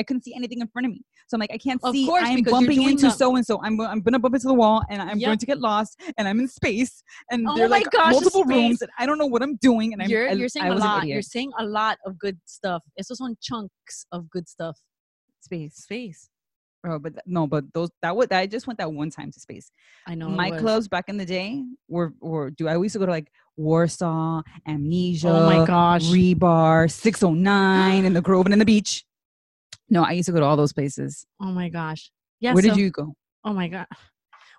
[SPEAKER 3] I couldn't see anything in front of me. So I'm like, I can't
[SPEAKER 2] Of
[SPEAKER 3] see.
[SPEAKER 2] course,
[SPEAKER 3] I'm
[SPEAKER 2] because you're
[SPEAKER 3] bumping
[SPEAKER 2] doing
[SPEAKER 3] into
[SPEAKER 2] the-
[SPEAKER 3] so and so. I'm I'm gonna bump into the wall, and I'm
[SPEAKER 2] Yep.
[SPEAKER 3] going to get lost, and I'm in space, and
[SPEAKER 2] Oh
[SPEAKER 3] there are
[SPEAKER 2] my
[SPEAKER 3] like
[SPEAKER 2] gosh,
[SPEAKER 3] multiple
[SPEAKER 2] space.
[SPEAKER 3] rooms, and I don't know what I'm doing, and I'm
[SPEAKER 2] you're,
[SPEAKER 3] I-
[SPEAKER 2] you're saying
[SPEAKER 3] I
[SPEAKER 2] a
[SPEAKER 3] was an
[SPEAKER 2] lot you're
[SPEAKER 3] idiot.
[SPEAKER 2] saying a lot of good stuff it's just on chunks of good stuff
[SPEAKER 3] space,
[SPEAKER 2] space
[SPEAKER 3] bro. But th- no, but those that would I just went that one time to space.
[SPEAKER 2] i know it
[SPEAKER 3] my
[SPEAKER 2] was.
[SPEAKER 3] clubs back in the day were were do I used to go to like Warsaw, Amnesia,
[SPEAKER 2] oh my gosh
[SPEAKER 3] Rebar, 609, and the Grove and in the Beach. No, I used to go to all those places.
[SPEAKER 2] oh my gosh yeah
[SPEAKER 3] Where
[SPEAKER 2] so-
[SPEAKER 3] did you go?
[SPEAKER 2] oh my god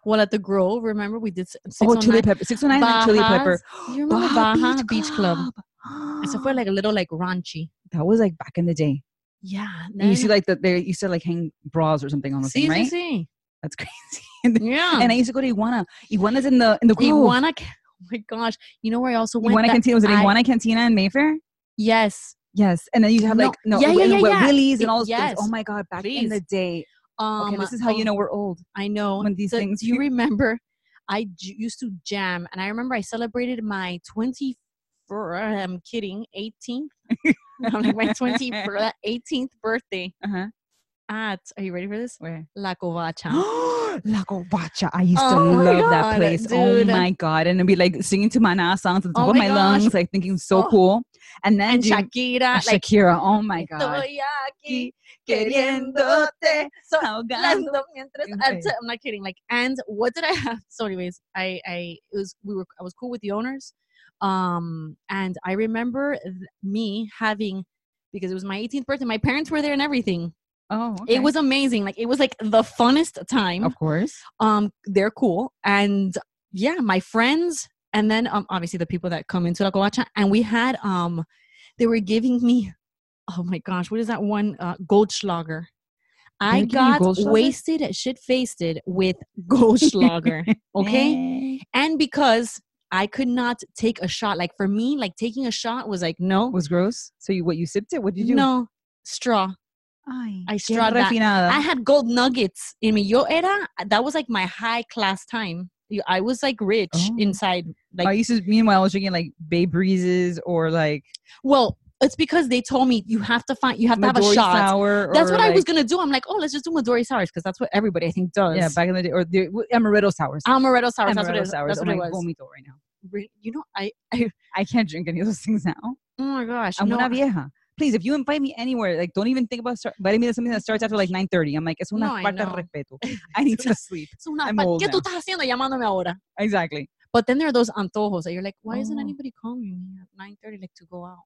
[SPEAKER 2] Well, at the Grove, remember we did six
[SPEAKER 3] Oh,
[SPEAKER 2] on
[SPEAKER 3] chili
[SPEAKER 2] nine. oh
[SPEAKER 3] pepper. 609 and chili pepper.
[SPEAKER 2] You remember
[SPEAKER 3] Baja
[SPEAKER 2] Baja Beach Club?
[SPEAKER 3] Club.
[SPEAKER 2] Except for like a little like raunchy.
[SPEAKER 3] that was like back in the day.
[SPEAKER 2] Yeah.
[SPEAKER 3] And you see, like that they used to like hang bras or something on the
[SPEAKER 2] see,
[SPEAKER 3] thing, right?
[SPEAKER 2] see,
[SPEAKER 3] That's crazy. And,
[SPEAKER 2] see. Yeah.
[SPEAKER 3] and I used to go to Iguana. Iguana's in the in the Grove. Iguana,
[SPEAKER 2] Iguana. Ca- Oh my gosh. You know where I also went? that-
[SPEAKER 3] Cantina was it
[SPEAKER 2] I-
[SPEAKER 3] Iguana Cantina in Mayfair?
[SPEAKER 2] yes.
[SPEAKER 3] Yes, and then you have
[SPEAKER 2] No.
[SPEAKER 3] like no,
[SPEAKER 2] Yeah,
[SPEAKER 3] and
[SPEAKER 2] yeah,
[SPEAKER 3] we-
[SPEAKER 2] yeah,
[SPEAKER 3] well,
[SPEAKER 2] yeah.
[SPEAKER 3] Willie's and
[SPEAKER 2] It-
[SPEAKER 3] all those
[SPEAKER 2] yes.
[SPEAKER 3] things. Oh my god, back in
[SPEAKER 2] Please.
[SPEAKER 3] the day.
[SPEAKER 2] Um,
[SPEAKER 3] Okay, this is how you
[SPEAKER 2] oh,
[SPEAKER 3] know we're old.
[SPEAKER 2] I know.
[SPEAKER 3] when these
[SPEAKER 2] The-
[SPEAKER 3] things-
[SPEAKER 2] Do you remember? I j- used to jam, and I remember I celebrated my 20. I'm kidding. 18th. I'm like my 20th, 18th birthday
[SPEAKER 3] Uh huh.
[SPEAKER 2] at. Are you ready for this?
[SPEAKER 3] Where?
[SPEAKER 2] La Covacha.
[SPEAKER 3] La Covacha. oh, I used to
[SPEAKER 2] Oh my
[SPEAKER 3] love that
[SPEAKER 2] God,
[SPEAKER 3] place. Oh
[SPEAKER 2] dude.
[SPEAKER 3] my god! And I'd be like singing to Mana songs at the
[SPEAKER 2] Oh
[SPEAKER 3] top of
[SPEAKER 2] my
[SPEAKER 3] my
[SPEAKER 2] gosh.
[SPEAKER 3] lungs, like thinking so
[SPEAKER 2] Oh.
[SPEAKER 3] cool. And then
[SPEAKER 2] and
[SPEAKER 3] you-
[SPEAKER 2] Shakira. Like
[SPEAKER 3] Shakira. Oh my god.
[SPEAKER 2] estoy aquí
[SPEAKER 3] queriéndote,
[SPEAKER 2] queriéndote, so
[SPEAKER 3] ahogando.
[SPEAKER 2] Lando mientras
[SPEAKER 3] Okay.
[SPEAKER 2] alza- I'm not kidding. Like, and what did I have? So, anyways, I, I, it was, we were, I was cool with the owners. Um, and I remember th- me having, because it was my 18th birthday, my parents were there and everything.
[SPEAKER 3] Oh, okay.
[SPEAKER 2] It was amazing. Like, it was like the funnest time.
[SPEAKER 3] of course.
[SPEAKER 2] Um, they're cool. And yeah, my friends, and then um, obviously the people that come into La Covacha. And we had, um, they were giving me, oh my gosh, what is that one? Uh, Goldschlager. I
[SPEAKER 3] were giving you
[SPEAKER 2] got
[SPEAKER 3] Goldschlager?
[SPEAKER 2] wasted, shit faced with Goldschlager. okay.
[SPEAKER 3] Eh,
[SPEAKER 2] And because I could not take a shot, like for me, like taking a shot was like, no,
[SPEAKER 3] was gross. So you what you sipped it? What did you do?
[SPEAKER 2] no, straw.
[SPEAKER 3] Ay,
[SPEAKER 2] I
[SPEAKER 3] qué
[SPEAKER 2] straw that.
[SPEAKER 3] refinada.
[SPEAKER 2] I had gold nuggets in me. Yo era, that was like my high class time. You- I was like rich
[SPEAKER 3] Oh.
[SPEAKER 2] inside. Like,
[SPEAKER 3] I used to. Meanwhile, I was drinking like Bay Breezes or like
[SPEAKER 2] well, it's because they told me you have to find, you have to have a
[SPEAKER 3] Midori
[SPEAKER 2] shot.
[SPEAKER 3] Sour.
[SPEAKER 2] That's
[SPEAKER 3] or,
[SPEAKER 2] what I
[SPEAKER 3] like-
[SPEAKER 2] was gonna do. I'm like, oh, let's just do Midori sours because that's what everybody I think does.
[SPEAKER 3] Yeah, back in the day, or the w- amaretto sours.
[SPEAKER 2] amaretto sours.
[SPEAKER 3] amaretto
[SPEAKER 2] that's what it was.
[SPEAKER 3] sours.
[SPEAKER 2] That's
[SPEAKER 3] oh
[SPEAKER 2] what it
[SPEAKER 3] my,
[SPEAKER 2] was.
[SPEAKER 3] vomito right now.
[SPEAKER 2] Re- You know, I, I
[SPEAKER 3] I can't drink any of those things now.
[SPEAKER 2] Oh my gosh.
[SPEAKER 3] I'm
[SPEAKER 2] no,
[SPEAKER 3] una vieja. Please, if you invite me anywhere, like don't even think about start, inviting me to something that starts after like 9:30. I'm like, it's una
[SPEAKER 2] No, I
[SPEAKER 3] falta de
[SPEAKER 2] know.
[SPEAKER 3] respeto. I need to sleep.
[SPEAKER 2] es una
[SPEAKER 3] I'm
[SPEAKER 2] fa-
[SPEAKER 3] old
[SPEAKER 2] ¿Qué tú
[SPEAKER 3] now.
[SPEAKER 2] estás haciendo llamándome ahora?
[SPEAKER 3] Exactly.
[SPEAKER 2] But then there are those antojos that you're like, why isn't
[SPEAKER 3] Oh.
[SPEAKER 2] anybody calling me at 9.30 like to go out?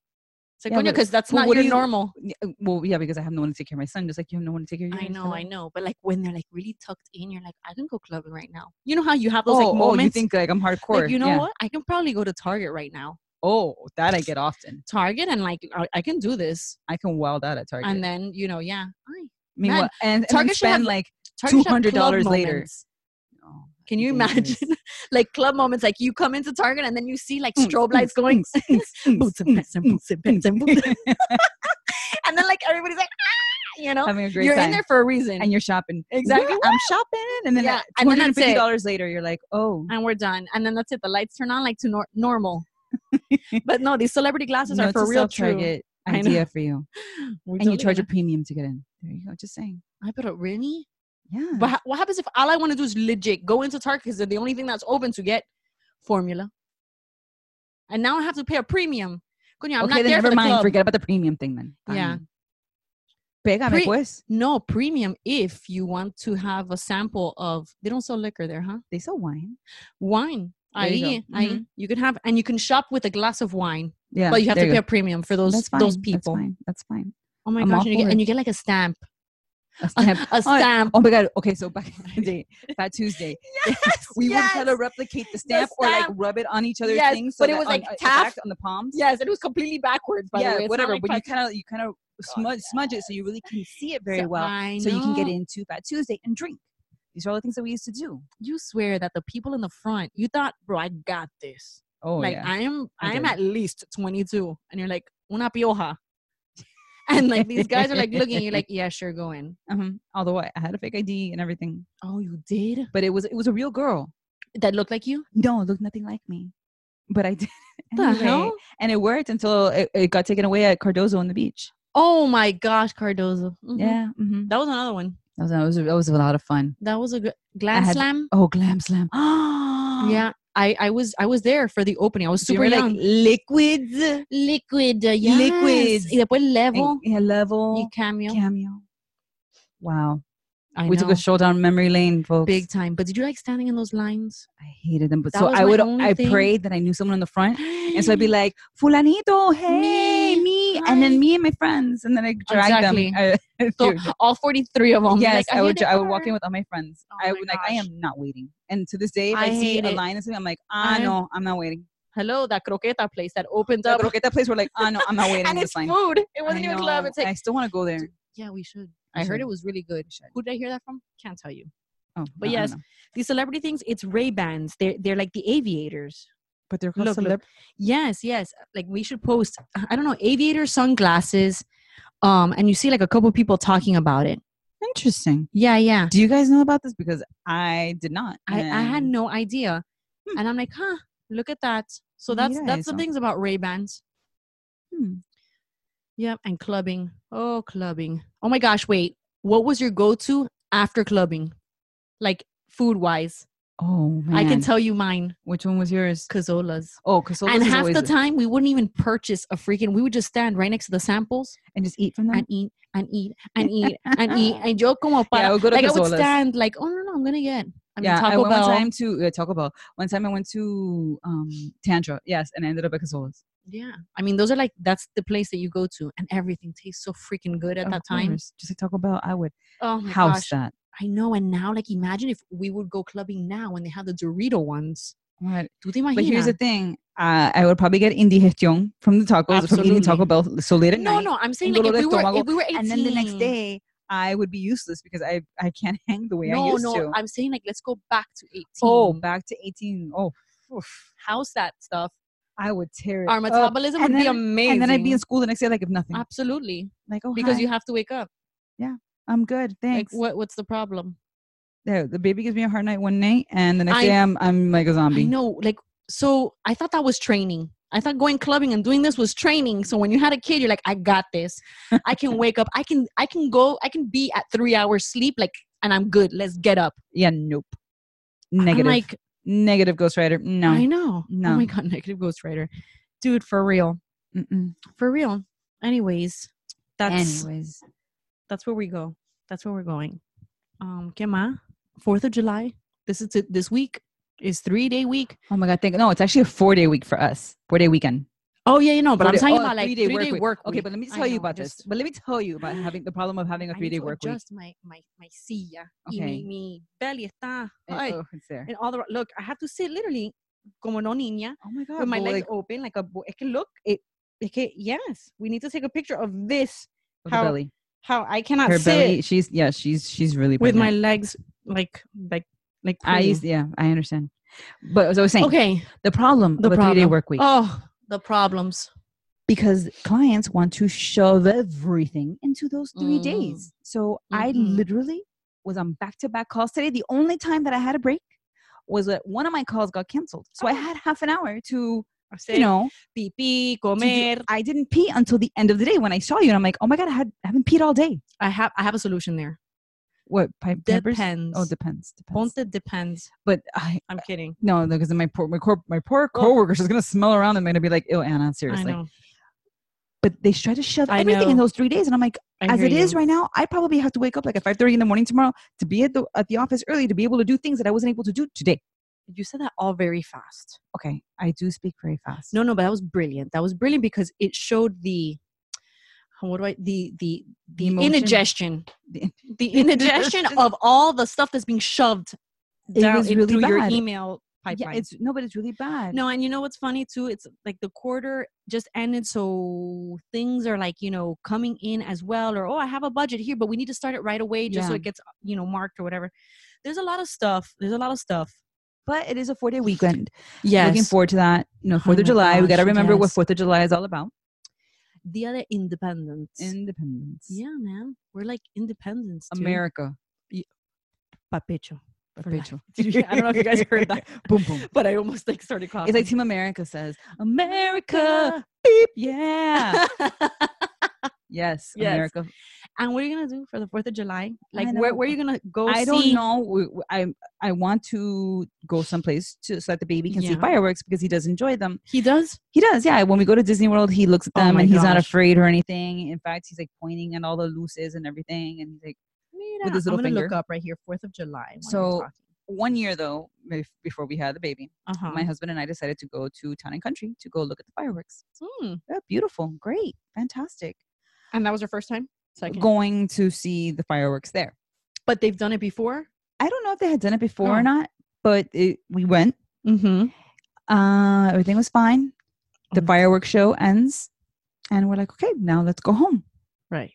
[SPEAKER 2] It's like,
[SPEAKER 3] Yeah,
[SPEAKER 2] coño,
[SPEAKER 3] but-
[SPEAKER 2] because that's
[SPEAKER 3] but
[SPEAKER 2] not
[SPEAKER 3] what do
[SPEAKER 2] your
[SPEAKER 3] you-
[SPEAKER 2] normal.
[SPEAKER 3] Yeah, uh, Well, yeah, because I have no one to take care of my son. Just like you have no one to take care of you.
[SPEAKER 2] I know, I know. But like when they're like really tucked in, you're like, I can go clubbing right now. You know how you have those
[SPEAKER 3] Oh,
[SPEAKER 2] like
[SPEAKER 3] oh, you
[SPEAKER 2] moments?
[SPEAKER 3] think like I'm hardcore?
[SPEAKER 2] like, you know
[SPEAKER 3] Yeah.
[SPEAKER 2] what? I can probably go to Target right now.
[SPEAKER 3] Oh, that I get often.
[SPEAKER 2] Target and like, I, I can do this.
[SPEAKER 3] I can wild out at Target.
[SPEAKER 2] And then, you know, yeah. Ay,
[SPEAKER 3] Meanwhile,
[SPEAKER 2] Man,
[SPEAKER 3] and, and Target
[SPEAKER 2] Target should have-
[SPEAKER 3] spend like
[SPEAKER 2] Target should have
[SPEAKER 3] $200
[SPEAKER 2] club
[SPEAKER 3] later.
[SPEAKER 2] moments.
[SPEAKER 3] oh,
[SPEAKER 2] Can you
[SPEAKER 3] dangerous.
[SPEAKER 2] imagine? like club moments, like you come into Target and then you see like
[SPEAKER 3] Mm,
[SPEAKER 2] strobe
[SPEAKER 3] mm,
[SPEAKER 2] lights going
[SPEAKER 3] mm, mm, mm,
[SPEAKER 2] boots and
[SPEAKER 3] mm,
[SPEAKER 2] pants and
[SPEAKER 3] mm,
[SPEAKER 2] boots and pants and boots.
[SPEAKER 3] mm.
[SPEAKER 2] and then like everybody's like, ah! you know,
[SPEAKER 3] Having a great
[SPEAKER 2] you're
[SPEAKER 3] time.
[SPEAKER 2] in there for a reason,
[SPEAKER 3] and you're shopping.
[SPEAKER 2] Exactly.
[SPEAKER 3] Yeah, I'm shopping, and then
[SPEAKER 2] Yeah,
[SPEAKER 3] two
[SPEAKER 2] and then
[SPEAKER 3] hundred and
[SPEAKER 2] that's it.
[SPEAKER 3] fifty dollars later, you're like, oh,
[SPEAKER 2] and we're done. And then that's it. The lights turn on like to nor- normal. but no, these celebrity glasses are
[SPEAKER 3] notes
[SPEAKER 2] for
[SPEAKER 3] to
[SPEAKER 2] real. True.
[SPEAKER 3] self-target
[SPEAKER 2] I know.
[SPEAKER 3] idea for you,
[SPEAKER 2] We're
[SPEAKER 3] and you
[SPEAKER 2] totally
[SPEAKER 3] charge a
[SPEAKER 2] gonna-
[SPEAKER 3] premium to get in. There you go. Just saying.
[SPEAKER 2] I put it really.
[SPEAKER 3] Yeah.
[SPEAKER 2] But ha- what happens if all I want to do is legit go into Target because they're the only thing that's open to get formula, and now I have to pay a premium. Coño, I'm
[SPEAKER 3] okay,
[SPEAKER 2] not
[SPEAKER 3] then
[SPEAKER 2] there for
[SPEAKER 3] never
[SPEAKER 2] the
[SPEAKER 3] mind.
[SPEAKER 2] club.
[SPEAKER 3] Forget about the premium thing then.
[SPEAKER 2] Yeah.
[SPEAKER 3] Fine. Pégame
[SPEAKER 2] Pre-
[SPEAKER 3] pues.
[SPEAKER 2] No premium if you want to have a sample of. They don't sell liquor there, huh?
[SPEAKER 3] They sell wine.
[SPEAKER 2] wine.
[SPEAKER 3] There you go.
[SPEAKER 2] Ahí, ahí.
[SPEAKER 3] Mhm.
[SPEAKER 2] You can have and you can shop with a glass of wine,
[SPEAKER 3] Yeah.
[SPEAKER 2] but you have
[SPEAKER 3] there
[SPEAKER 2] to pay
[SPEAKER 3] go.
[SPEAKER 2] a premium for those
[SPEAKER 3] That's
[SPEAKER 2] those
[SPEAKER 3] fine,
[SPEAKER 2] people.
[SPEAKER 3] That's fine. That's fine.
[SPEAKER 2] Oh my
[SPEAKER 3] I'm all
[SPEAKER 2] gosh, and you,
[SPEAKER 3] for
[SPEAKER 2] get,
[SPEAKER 3] it.
[SPEAKER 2] and you get like a stamp,
[SPEAKER 3] A
[SPEAKER 2] a,
[SPEAKER 3] stamp.
[SPEAKER 2] a
[SPEAKER 3] Oh,
[SPEAKER 2] stamp.
[SPEAKER 3] Oh my god. Okay, so back in the day, Fat Tuesday, we would try to
[SPEAKER 2] yes.
[SPEAKER 3] replicate the stamp, or like
[SPEAKER 2] stamp.
[SPEAKER 3] rub it on each other's
[SPEAKER 2] Yes,
[SPEAKER 3] things.
[SPEAKER 2] but it
[SPEAKER 3] that-
[SPEAKER 2] was,
[SPEAKER 3] on-
[SPEAKER 2] like,
[SPEAKER 3] uh, the
[SPEAKER 2] taff-
[SPEAKER 3] back on the palms.
[SPEAKER 2] Yes, it was completely backwards. By the way, It's not
[SPEAKER 3] whatever.
[SPEAKER 2] like
[SPEAKER 3] but you
[SPEAKER 2] part-
[SPEAKER 3] kind of you kind of smudge smudge it so you really can see it very well,
[SPEAKER 2] I
[SPEAKER 3] so you can get
[SPEAKER 2] know.
[SPEAKER 3] into Fat Tuesday and drink. These are all the things that we used to do.
[SPEAKER 2] You swear that the people in the front, you thought, bro, I got this.
[SPEAKER 3] Oh
[SPEAKER 2] like I am,
[SPEAKER 3] I
[SPEAKER 2] I, am
[SPEAKER 3] did.
[SPEAKER 2] at least twenty two, and you're like una pioja, and like these guys are like looking, you're like, yeah, sure, go in.
[SPEAKER 3] um, although I, I had a fake ID and everything,
[SPEAKER 2] Oh, you did?
[SPEAKER 3] but it was it was a real girl.
[SPEAKER 2] That looked like you?
[SPEAKER 3] No, it looked nothing like me, but I did. it
[SPEAKER 2] The
[SPEAKER 3] anyway.
[SPEAKER 2] hell?
[SPEAKER 3] And it worked until it, it got taken away at Cardozo on the beach.
[SPEAKER 2] Oh my gosh, Cardozo. Mhm.
[SPEAKER 3] Yeah, hmm
[SPEAKER 2] That was another one.
[SPEAKER 3] that was that was, that was a lot of fun.
[SPEAKER 2] That was a good glam
[SPEAKER 3] had-
[SPEAKER 2] slam.
[SPEAKER 3] Oh, glam slam! yeah,
[SPEAKER 2] Yeah, I I was I was there for the opening. I was super
[SPEAKER 3] super like
[SPEAKER 2] young.
[SPEAKER 3] liquids. and-
[SPEAKER 2] liquid, uh, yes.
[SPEAKER 3] Liquids.
[SPEAKER 2] Y después level
[SPEAKER 3] yeah, level.
[SPEAKER 2] y cameo.
[SPEAKER 3] cameo. Wow.
[SPEAKER 2] I
[SPEAKER 3] we took a
[SPEAKER 2] know.
[SPEAKER 3] stroll down memory lane, folks.
[SPEAKER 2] big time. But did you like standing in those lines?
[SPEAKER 3] I hated them, but
[SPEAKER 2] That
[SPEAKER 3] so
[SPEAKER 2] was
[SPEAKER 3] I
[SPEAKER 2] my
[SPEAKER 3] would.
[SPEAKER 2] only
[SPEAKER 3] I
[SPEAKER 2] thing.
[SPEAKER 3] prayed that I knew someone in the front, and so I'd be like, "Fulanito, hey,
[SPEAKER 2] Me,
[SPEAKER 3] me,", and
[SPEAKER 2] hi.
[SPEAKER 3] then me and my friends, and then I drag
[SPEAKER 2] Exactly.
[SPEAKER 3] them. I,
[SPEAKER 2] So, all 43 of them.
[SPEAKER 3] yes,
[SPEAKER 2] like,
[SPEAKER 3] Oh I
[SPEAKER 2] hear
[SPEAKER 3] would.
[SPEAKER 2] the
[SPEAKER 3] dr- I would
[SPEAKER 2] car.
[SPEAKER 3] walk in with all my friends.
[SPEAKER 2] Oh
[SPEAKER 3] I
[SPEAKER 2] my
[SPEAKER 3] would like. I
[SPEAKER 2] gosh.
[SPEAKER 3] am not waiting. And to this day, if I,
[SPEAKER 2] I
[SPEAKER 3] see
[SPEAKER 2] hate
[SPEAKER 3] a
[SPEAKER 2] it.
[SPEAKER 3] line and something, I'm like, ah,
[SPEAKER 2] I'm
[SPEAKER 3] no, I'm not waiting.
[SPEAKER 2] Hello, that croqueta place that opened
[SPEAKER 3] The
[SPEAKER 2] up.
[SPEAKER 3] croqueta place, we're like, ah, no, I'm not waiting.
[SPEAKER 2] and
[SPEAKER 3] in
[SPEAKER 2] it's
[SPEAKER 3] this line.
[SPEAKER 2] food. It wasn't
[SPEAKER 3] I
[SPEAKER 2] even club.
[SPEAKER 3] know.
[SPEAKER 2] It's like,
[SPEAKER 3] I still want to go there.
[SPEAKER 2] yeah, we should.
[SPEAKER 3] We
[SPEAKER 2] I heard
[SPEAKER 3] should.
[SPEAKER 2] it was really good.
[SPEAKER 3] should.
[SPEAKER 2] Who did I hear that from? Can't tell you.
[SPEAKER 3] Oh,
[SPEAKER 2] But
[SPEAKER 3] no, I don't
[SPEAKER 2] yes,
[SPEAKER 3] know.
[SPEAKER 2] These celebrity things, it's Ray Bans. They're they're like the aviators.
[SPEAKER 3] but they're called
[SPEAKER 2] Look, look.
[SPEAKER 3] celeb-
[SPEAKER 2] Yes, yes. Like we should post. I don't know aviator sunglasses. Um, and you see like a couple people talking about it.
[SPEAKER 3] Interesting.
[SPEAKER 2] Yeah, yeah.
[SPEAKER 3] Do you guys know about this? Because I did not.
[SPEAKER 2] I, I had
[SPEAKER 3] and
[SPEAKER 2] no idea,
[SPEAKER 3] Hmm.
[SPEAKER 2] and I'm like, huh. Look at that. So that's
[SPEAKER 3] Mira
[SPEAKER 2] that's the
[SPEAKER 3] eso.
[SPEAKER 2] things about Ray Bans.
[SPEAKER 3] Hmm.
[SPEAKER 2] Yep, and clubbing. Oh, clubbing. Oh my gosh, wait. What was your go-to after clubbing? Like food-wise.
[SPEAKER 3] Oh man,
[SPEAKER 2] I can tell you mine,
[SPEAKER 3] Which one was yours?
[SPEAKER 2] Cazolas.
[SPEAKER 3] Oh, because
[SPEAKER 2] and half the time we wouldn't even purchase a freaking we would just stand right next to the samples
[SPEAKER 3] and just eat from them.
[SPEAKER 2] and eat and eat and eat and eat and yo como para
[SPEAKER 3] I would go to
[SPEAKER 2] like I would
[SPEAKER 3] Cazolas.
[SPEAKER 2] stand like oh no no I'm gonna get I mean
[SPEAKER 3] yeah, I
[SPEAKER 2] Taco
[SPEAKER 3] went
[SPEAKER 2] Bell
[SPEAKER 3] one time to uh, Taco Bell. One time I went to um, Tantra. Yes, and I ended up at Casolas.
[SPEAKER 2] yeah I mean those are like that's the place that you go to and everything tastes so freaking good at
[SPEAKER 3] Of
[SPEAKER 2] that time
[SPEAKER 3] course, just like Taco Bell, I would
[SPEAKER 2] oh my
[SPEAKER 3] house
[SPEAKER 2] gosh
[SPEAKER 3] that.
[SPEAKER 2] I know and now like imagine if we would go clubbing now when they have the Dorito ones
[SPEAKER 3] Right.
[SPEAKER 2] do they
[SPEAKER 3] But here's the thing: uh, I would probably get indigestion from the tacos from eating
[SPEAKER 2] Absolutely.
[SPEAKER 3] Taco Bell so late at
[SPEAKER 2] no
[SPEAKER 3] night.
[SPEAKER 2] no I'm saying
[SPEAKER 3] go
[SPEAKER 2] like if
[SPEAKER 3] to
[SPEAKER 2] we
[SPEAKER 3] the
[SPEAKER 2] were
[SPEAKER 3] estómago,
[SPEAKER 2] if we were 18
[SPEAKER 3] and then the next day I would be useless because I I can't hang the way I
[SPEAKER 2] no
[SPEAKER 3] used
[SPEAKER 2] no
[SPEAKER 3] to.
[SPEAKER 2] I'm saying like let's go back to 18
[SPEAKER 3] oh, back to 18. Oh, oof,
[SPEAKER 2] house that stuff
[SPEAKER 3] I would tear it.
[SPEAKER 2] our
[SPEAKER 3] up.
[SPEAKER 2] metabolism would
[SPEAKER 3] Oh, and
[SPEAKER 2] be
[SPEAKER 3] then-
[SPEAKER 2] amazing.
[SPEAKER 3] And then I'd be in school the next day like if nothing.
[SPEAKER 2] absolutely
[SPEAKER 3] like oh
[SPEAKER 2] because
[SPEAKER 3] hi,
[SPEAKER 2] you have to wake up.
[SPEAKER 3] I'm good thanks.
[SPEAKER 2] Like what? What's the problem?
[SPEAKER 3] Yeah, the baby gives me a hard night one night, and the next
[SPEAKER 2] I-
[SPEAKER 3] day I'm I'm like a
[SPEAKER 2] I
[SPEAKER 3] zombie.
[SPEAKER 2] know. Like so, I thought that was training. I thought going clubbing and doing this was training. So when you had a kid, you're like, I got this. I can wake up. I can. I can go. I can be at three hours sleep. Like, and I'm good. Let's get up.
[SPEAKER 3] Yeah, nope.
[SPEAKER 2] I'm
[SPEAKER 3] Negative,
[SPEAKER 2] like,
[SPEAKER 3] negative Ghost Rider. No,
[SPEAKER 2] I know. Oh
[SPEAKER 3] No.
[SPEAKER 2] my god, negative ghostwriter, dude, for real,
[SPEAKER 3] Mm-mm.
[SPEAKER 2] for real. Anyways, that's
[SPEAKER 3] anyways,
[SPEAKER 2] that's where we go. That's where we're going. Um, ¿qué más? Fourth of July. This is it. This week is three day week.
[SPEAKER 3] oh my god, thank no, it's actually a four day week for us, four day weekend.
[SPEAKER 2] Oh yeah, you know, but
[SPEAKER 3] Four
[SPEAKER 2] I'm
[SPEAKER 3] day-
[SPEAKER 2] talking
[SPEAKER 3] oh,
[SPEAKER 2] about like
[SPEAKER 3] three-day
[SPEAKER 2] three day
[SPEAKER 3] week.
[SPEAKER 2] work.
[SPEAKER 3] Okay,
[SPEAKER 2] week.
[SPEAKER 3] but let me
[SPEAKER 2] I
[SPEAKER 3] tell you
[SPEAKER 2] know,
[SPEAKER 3] about
[SPEAKER 2] just-
[SPEAKER 3] this. But let me tell you about having the problem of having a
[SPEAKER 2] I
[SPEAKER 3] three
[SPEAKER 2] need
[SPEAKER 3] day
[SPEAKER 2] to
[SPEAKER 3] work week.
[SPEAKER 2] adjust my my my silla. Y
[SPEAKER 3] Okay.
[SPEAKER 2] mi, mi belly está.
[SPEAKER 3] And-
[SPEAKER 2] ay,
[SPEAKER 3] oh, it's there.
[SPEAKER 2] and all the look, I have to sit literally como no niña
[SPEAKER 3] Oh my god,
[SPEAKER 2] with my
[SPEAKER 3] but,
[SPEAKER 2] legs
[SPEAKER 3] like,
[SPEAKER 2] open like a boy. It can look it. It can, yes, we need to take a picture of this.
[SPEAKER 3] with her
[SPEAKER 2] how-
[SPEAKER 3] belly,
[SPEAKER 2] How I cannot
[SPEAKER 3] her
[SPEAKER 2] sit
[SPEAKER 3] belly. She's yeah, she's she's really
[SPEAKER 2] with my
[SPEAKER 3] pregnant.
[SPEAKER 2] legs like like like.
[SPEAKER 3] I used yeah, I understand. But as I was saying,
[SPEAKER 2] pulling. okay.
[SPEAKER 3] the problem
[SPEAKER 2] The
[SPEAKER 3] of a three day
[SPEAKER 2] problem.
[SPEAKER 3] work week.
[SPEAKER 2] Oh, the problems.
[SPEAKER 3] because clients want to shove everything into those three
[SPEAKER 2] Mm.
[SPEAKER 3] days. So I
[SPEAKER 2] Mhm.
[SPEAKER 3] literally was on back to back calls today. The only time that I had a break was that one of my calls got canceled. So I
[SPEAKER 2] Oh.
[SPEAKER 3] had half an hour to,
[SPEAKER 2] You
[SPEAKER 3] you
[SPEAKER 2] know,
[SPEAKER 3] know,
[SPEAKER 2] pipí,
[SPEAKER 3] to do-
[SPEAKER 2] comer.
[SPEAKER 3] I didn't pee until the end of the day when I saw you. And I'm like, oh my God, I, had, I haven't peed all day.
[SPEAKER 2] I have I have a solution there.
[SPEAKER 3] What? Pipe peppers?
[SPEAKER 2] Depends.
[SPEAKER 3] Oh, depends. depends.
[SPEAKER 2] Ponte depends.
[SPEAKER 3] But I,
[SPEAKER 2] I'm kidding.
[SPEAKER 3] no, because then my poor, my, cor- my poor
[SPEAKER 2] Well-
[SPEAKER 3] coworker is going to smell around and going to be like, oh, Anna, seriously.
[SPEAKER 2] I know.
[SPEAKER 3] But they try to shove
[SPEAKER 2] I
[SPEAKER 3] everything in
[SPEAKER 2] know.
[SPEAKER 3] those three days. And I'm like,
[SPEAKER 2] I
[SPEAKER 3] as
[SPEAKER 2] hear
[SPEAKER 3] it is
[SPEAKER 2] you.
[SPEAKER 3] right now, I probably have to wake up like at five thirty in the morning tomorrow to be at the at the office early to be able to do things that I wasn't able to do today.
[SPEAKER 2] You said that all very fast.
[SPEAKER 3] Okay, I do speak very fast.
[SPEAKER 2] No, no, but that was brilliant. That was brilliant because it showed the what do I the the the
[SPEAKER 3] emotion.
[SPEAKER 2] indigestion.
[SPEAKER 3] The-
[SPEAKER 2] The indigestion
[SPEAKER 3] indigestion.
[SPEAKER 2] of all the stuff that's being shoved
[SPEAKER 3] It
[SPEAKER 2] down
[SPEAKER 3] was
[SPEAKER 2] in-
[SPEAKER 3] really
[SPEAKER 2] through your
[SPEAKER 3] bad.
[SPEAKER 2] email
[SPEAKER 3] yeah,
[SPEAKER 2] pipeline.
[SPEAKER 3] it's no, but it's really bad.
[SPEAKER 2] No, and you know what's funny too? It's like the quarter just ended, so things are like you know coming in as well, or oh, I have a budget here, but we need to start it right away just so
[SPEAKER 3] Yeah.
[SPEAKER 2] it gets you know marked or whatever. There's a lot of stuff. There's a lot of stuff.
[SPEAKER 3] but it is a four day weekend.
[SPEAKER 2] Yes. Oh
[SPEAKER 3] looking forward to that. You know, Fourth
[SPEAKER 2] my
[SPEAKER 3] of July. we got to
[SPEAKER 2] gosh,
[SPEAKER 3] remember what
[SPEAKER 2] yes.
[SPEAKER 3] Fourth of July is all about.
[SPEAKER 2] the other independence.
[SPEAKER 3] Independence.
[SPEAKER 2] yeah, man, we're like independence. dude.
[SPEAKER 3] America.
[SPEAKER 2] Papecho. For life.
[SPEAKER 3] Perpetual.
[SPEAKER 2] Did you- I don't know if you guys heard that,
[SPEAKER 3] boom boom.
[SPEAKER 2] but I almost like started coughing.
[SPEAKER 3] It's like Team America says, America. Beep. Yeah. yes,
[SPEAKER 2] Yes.
[SPEAKER 3] America.
[SPEAKER 2] and what are you gonna do for the Fourth of July? Like,
[SPEAKER 3] know.
[SPEAKER 2] where, where are you gonna go?
[SPEAKER 3] I don't
[SPEAKER 2] see-
[SPEAKER 3] know. We- we- I I want to go someplace to, so that the baby can see
[SPEAKER 2] Yeah.
[SPEAKER 3] fireworks because he does enjoy them.
[SPEAKER 2] He does.
[SPEAKER 3] He does, yeah. When we go to Disney World, he looks at
[SPEAKER 2] Oh
[SPEAKER 3] them
[SPEAKER 2] my
[SPEAKER 3] and he's not
[SPEAKER 2] gosh.
[SPEAKER 3] afraid or anything. In fact, he's like pointing at all the luces and everything, and he's like,
[SPEAKER 2] it
[SPEAKER 3] With
[SPEAKER 2] out.
[SPEAKER 3] his
[SPEAKER 2] I'm
[SPEAKER 3] little
[SPEAKER 2] gonna look
[SPEAKER 3] finger.
[SPEAKER 2] up right here, Fourth of July.
[SPEAKER 3] So, One year though, bef- before we had the baby,
[SPEAKER 2] uh huh.
[SPEAKER 3] my husband and I decided to go to town and country to go look at the fireworks.
[SPEAKER 2] Mm.
[SPEAKER 3] Yeah, Oh, beautiful, great, fantastic.
[SPEAKER 2] And that was her first time. Second,
[SPEAKER 3] Going to see the fireworks there.
[SPEAKER 2] but they've done it before.
[SPEAKER 3] I don't know if they had done it before
[SPEAKER 2] Oh.
[SPEAKER 3] or not, but it, we went.
[SPEAKER 2] Mm-hmm.
[SPEAKER 3] Uh, everything was fine. The
[SPEAKER 2] Oh.
[SPEAKER 3] fireworks show ends, and we're like, okay, now let's go home.
[SPEAKER 2] Right.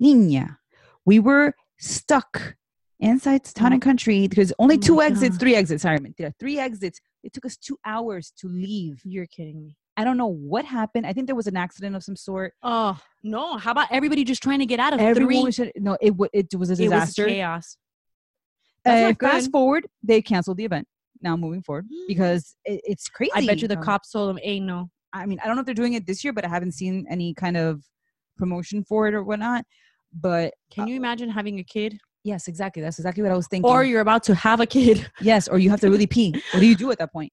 [SPEAKER 3] Niña, we were stuck inside town and country because only
[SPEAKER 2] Oh my
[SPEAKER 3] two exits,
[SPEAKER 2] God.
[SPEAKER 3] three exits. Sorry, mentira, three exits. It took us two hours to leave.
[SPEAKER 2] You're kidding me.
[SPEAKER 3] I don't know what happened. I think there was an accident of some sort.
[SPEAKER 2] Oh no! How about everybody just trying to get out of
[SPEAKER 3] Everyone
[SPEAKER 2] three?
[SPEAKER 3] was shut- no, it, wa it was a
[SPEAKER 2] it was
[SPEAKER 3] disaster.
[SPEAKER 2] chaos.
[SPEAKER 3] Uh,
[SPEAKER 2] That's not
[SPEAKER 3] fast
[SPEAKER 2] good.
[SPEAKER 3] forward, they canceled the event. Now moving forward because it, it's crazy.
[SPEAKER 2] I bet you the
[SPEAKER 3] Um,
[SPEAKER 2] cops told them, "Hey, no."
[SPEAKER 3] I mean, I don't know if they're doing it this year, but I haven't seen any kind of promotion for it or whatnot. But
[SPEAKER 2] Can you imagine having a kid,
[SPEAKER 3] yes, exactly. That's exactly what I was thinking.
[SPEAKER 2] or you're about to have a kid?
[SPEAKER 3] yes, or you have to really pee. What do you do at that point?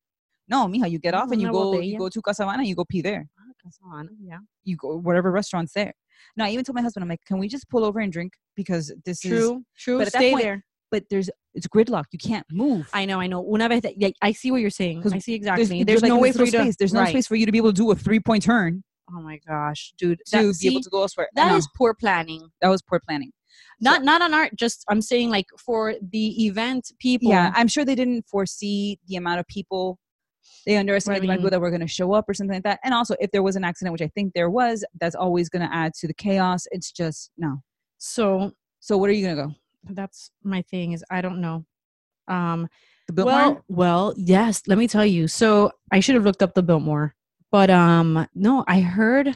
[SPEAKER 3] No, mija, you get off and you
[SPEAKER 2] Una
[SPEAKER 3] go. You
[SPEAKER 2] botella.
[SPEAKER 3] go to Casabana. You go pee there.
[SPEAKER 2] yeah.
[SPEAKER 3] You go whatever restaurant's there. No, I even told my husband, I'm like, can we just pull over and drink because this is.
[SPEAKER 2] True. True.
[SPEAKER 3] but at that
[SPEAKER 2] Stay
[SPEAKER 3] point-
[SPEAKER 2] there.
[SPEAKER 3] But there's it's gridlock. You can't move.
[SPEAKER 2] I know. I know. Una vez, yeah, I see what you're saying.
[SPEAKER 3] 'Cause
[SPEAKER 2] I see
[SPEAKER 3] there's,
[SPEAKER 2] exactly.
[SPEAKER 3] you're
[SPEAKER 2] There's,
[SPEAKER 3] like
[SPEAKER 2] no
[SPEAKER 3] in
[SPEAKER 2] way
[SPEAKER 3] this
[SPEAKER 2] for
[SPEAKER 3] little
[SPEAKER 2] you to.
[SPEAKER 3] space. There's no
[SPEAKER 2] Right.
[SPEAKER 3] space for you to be able to do a three point turn
[SPEAKER 2] Oh my gosh, dude.
[SPEAKER 3] to
[SPEAKER 2] That,
[SPEAKER 3] be
[SPEAKER 2] see,
[SPEAKER 3] able to go elsewhere. Uh-huh.
[SPEAKER 2] that
[SPEAKER 3] No,
[SPEAKER 2] is poor planning.
[SPEAKER 3] that was poor planning.
[SPEAKER 2] Not not on art. Just I'm saying, like for the event people.
[SPEAKER 3] Yeah, I'm sure they didn't foresee the amount of people. They underestimated the amount of people that were going to show up or something like that. And also, if there was an accident, which I think there was, that's always going to add to the chaos. It's just no.
[SPEAKER 2] So
[SPEAKER 3] So what are you going to go?
[SPEAKER 2] that's my thing. Is I don't know. Um,
[SPEAKER 3] The Biltmore?
[SPEAKER 2] Well, well, yes. Let me tell you. So I should have looked up the Biltmore, but um, no, I heard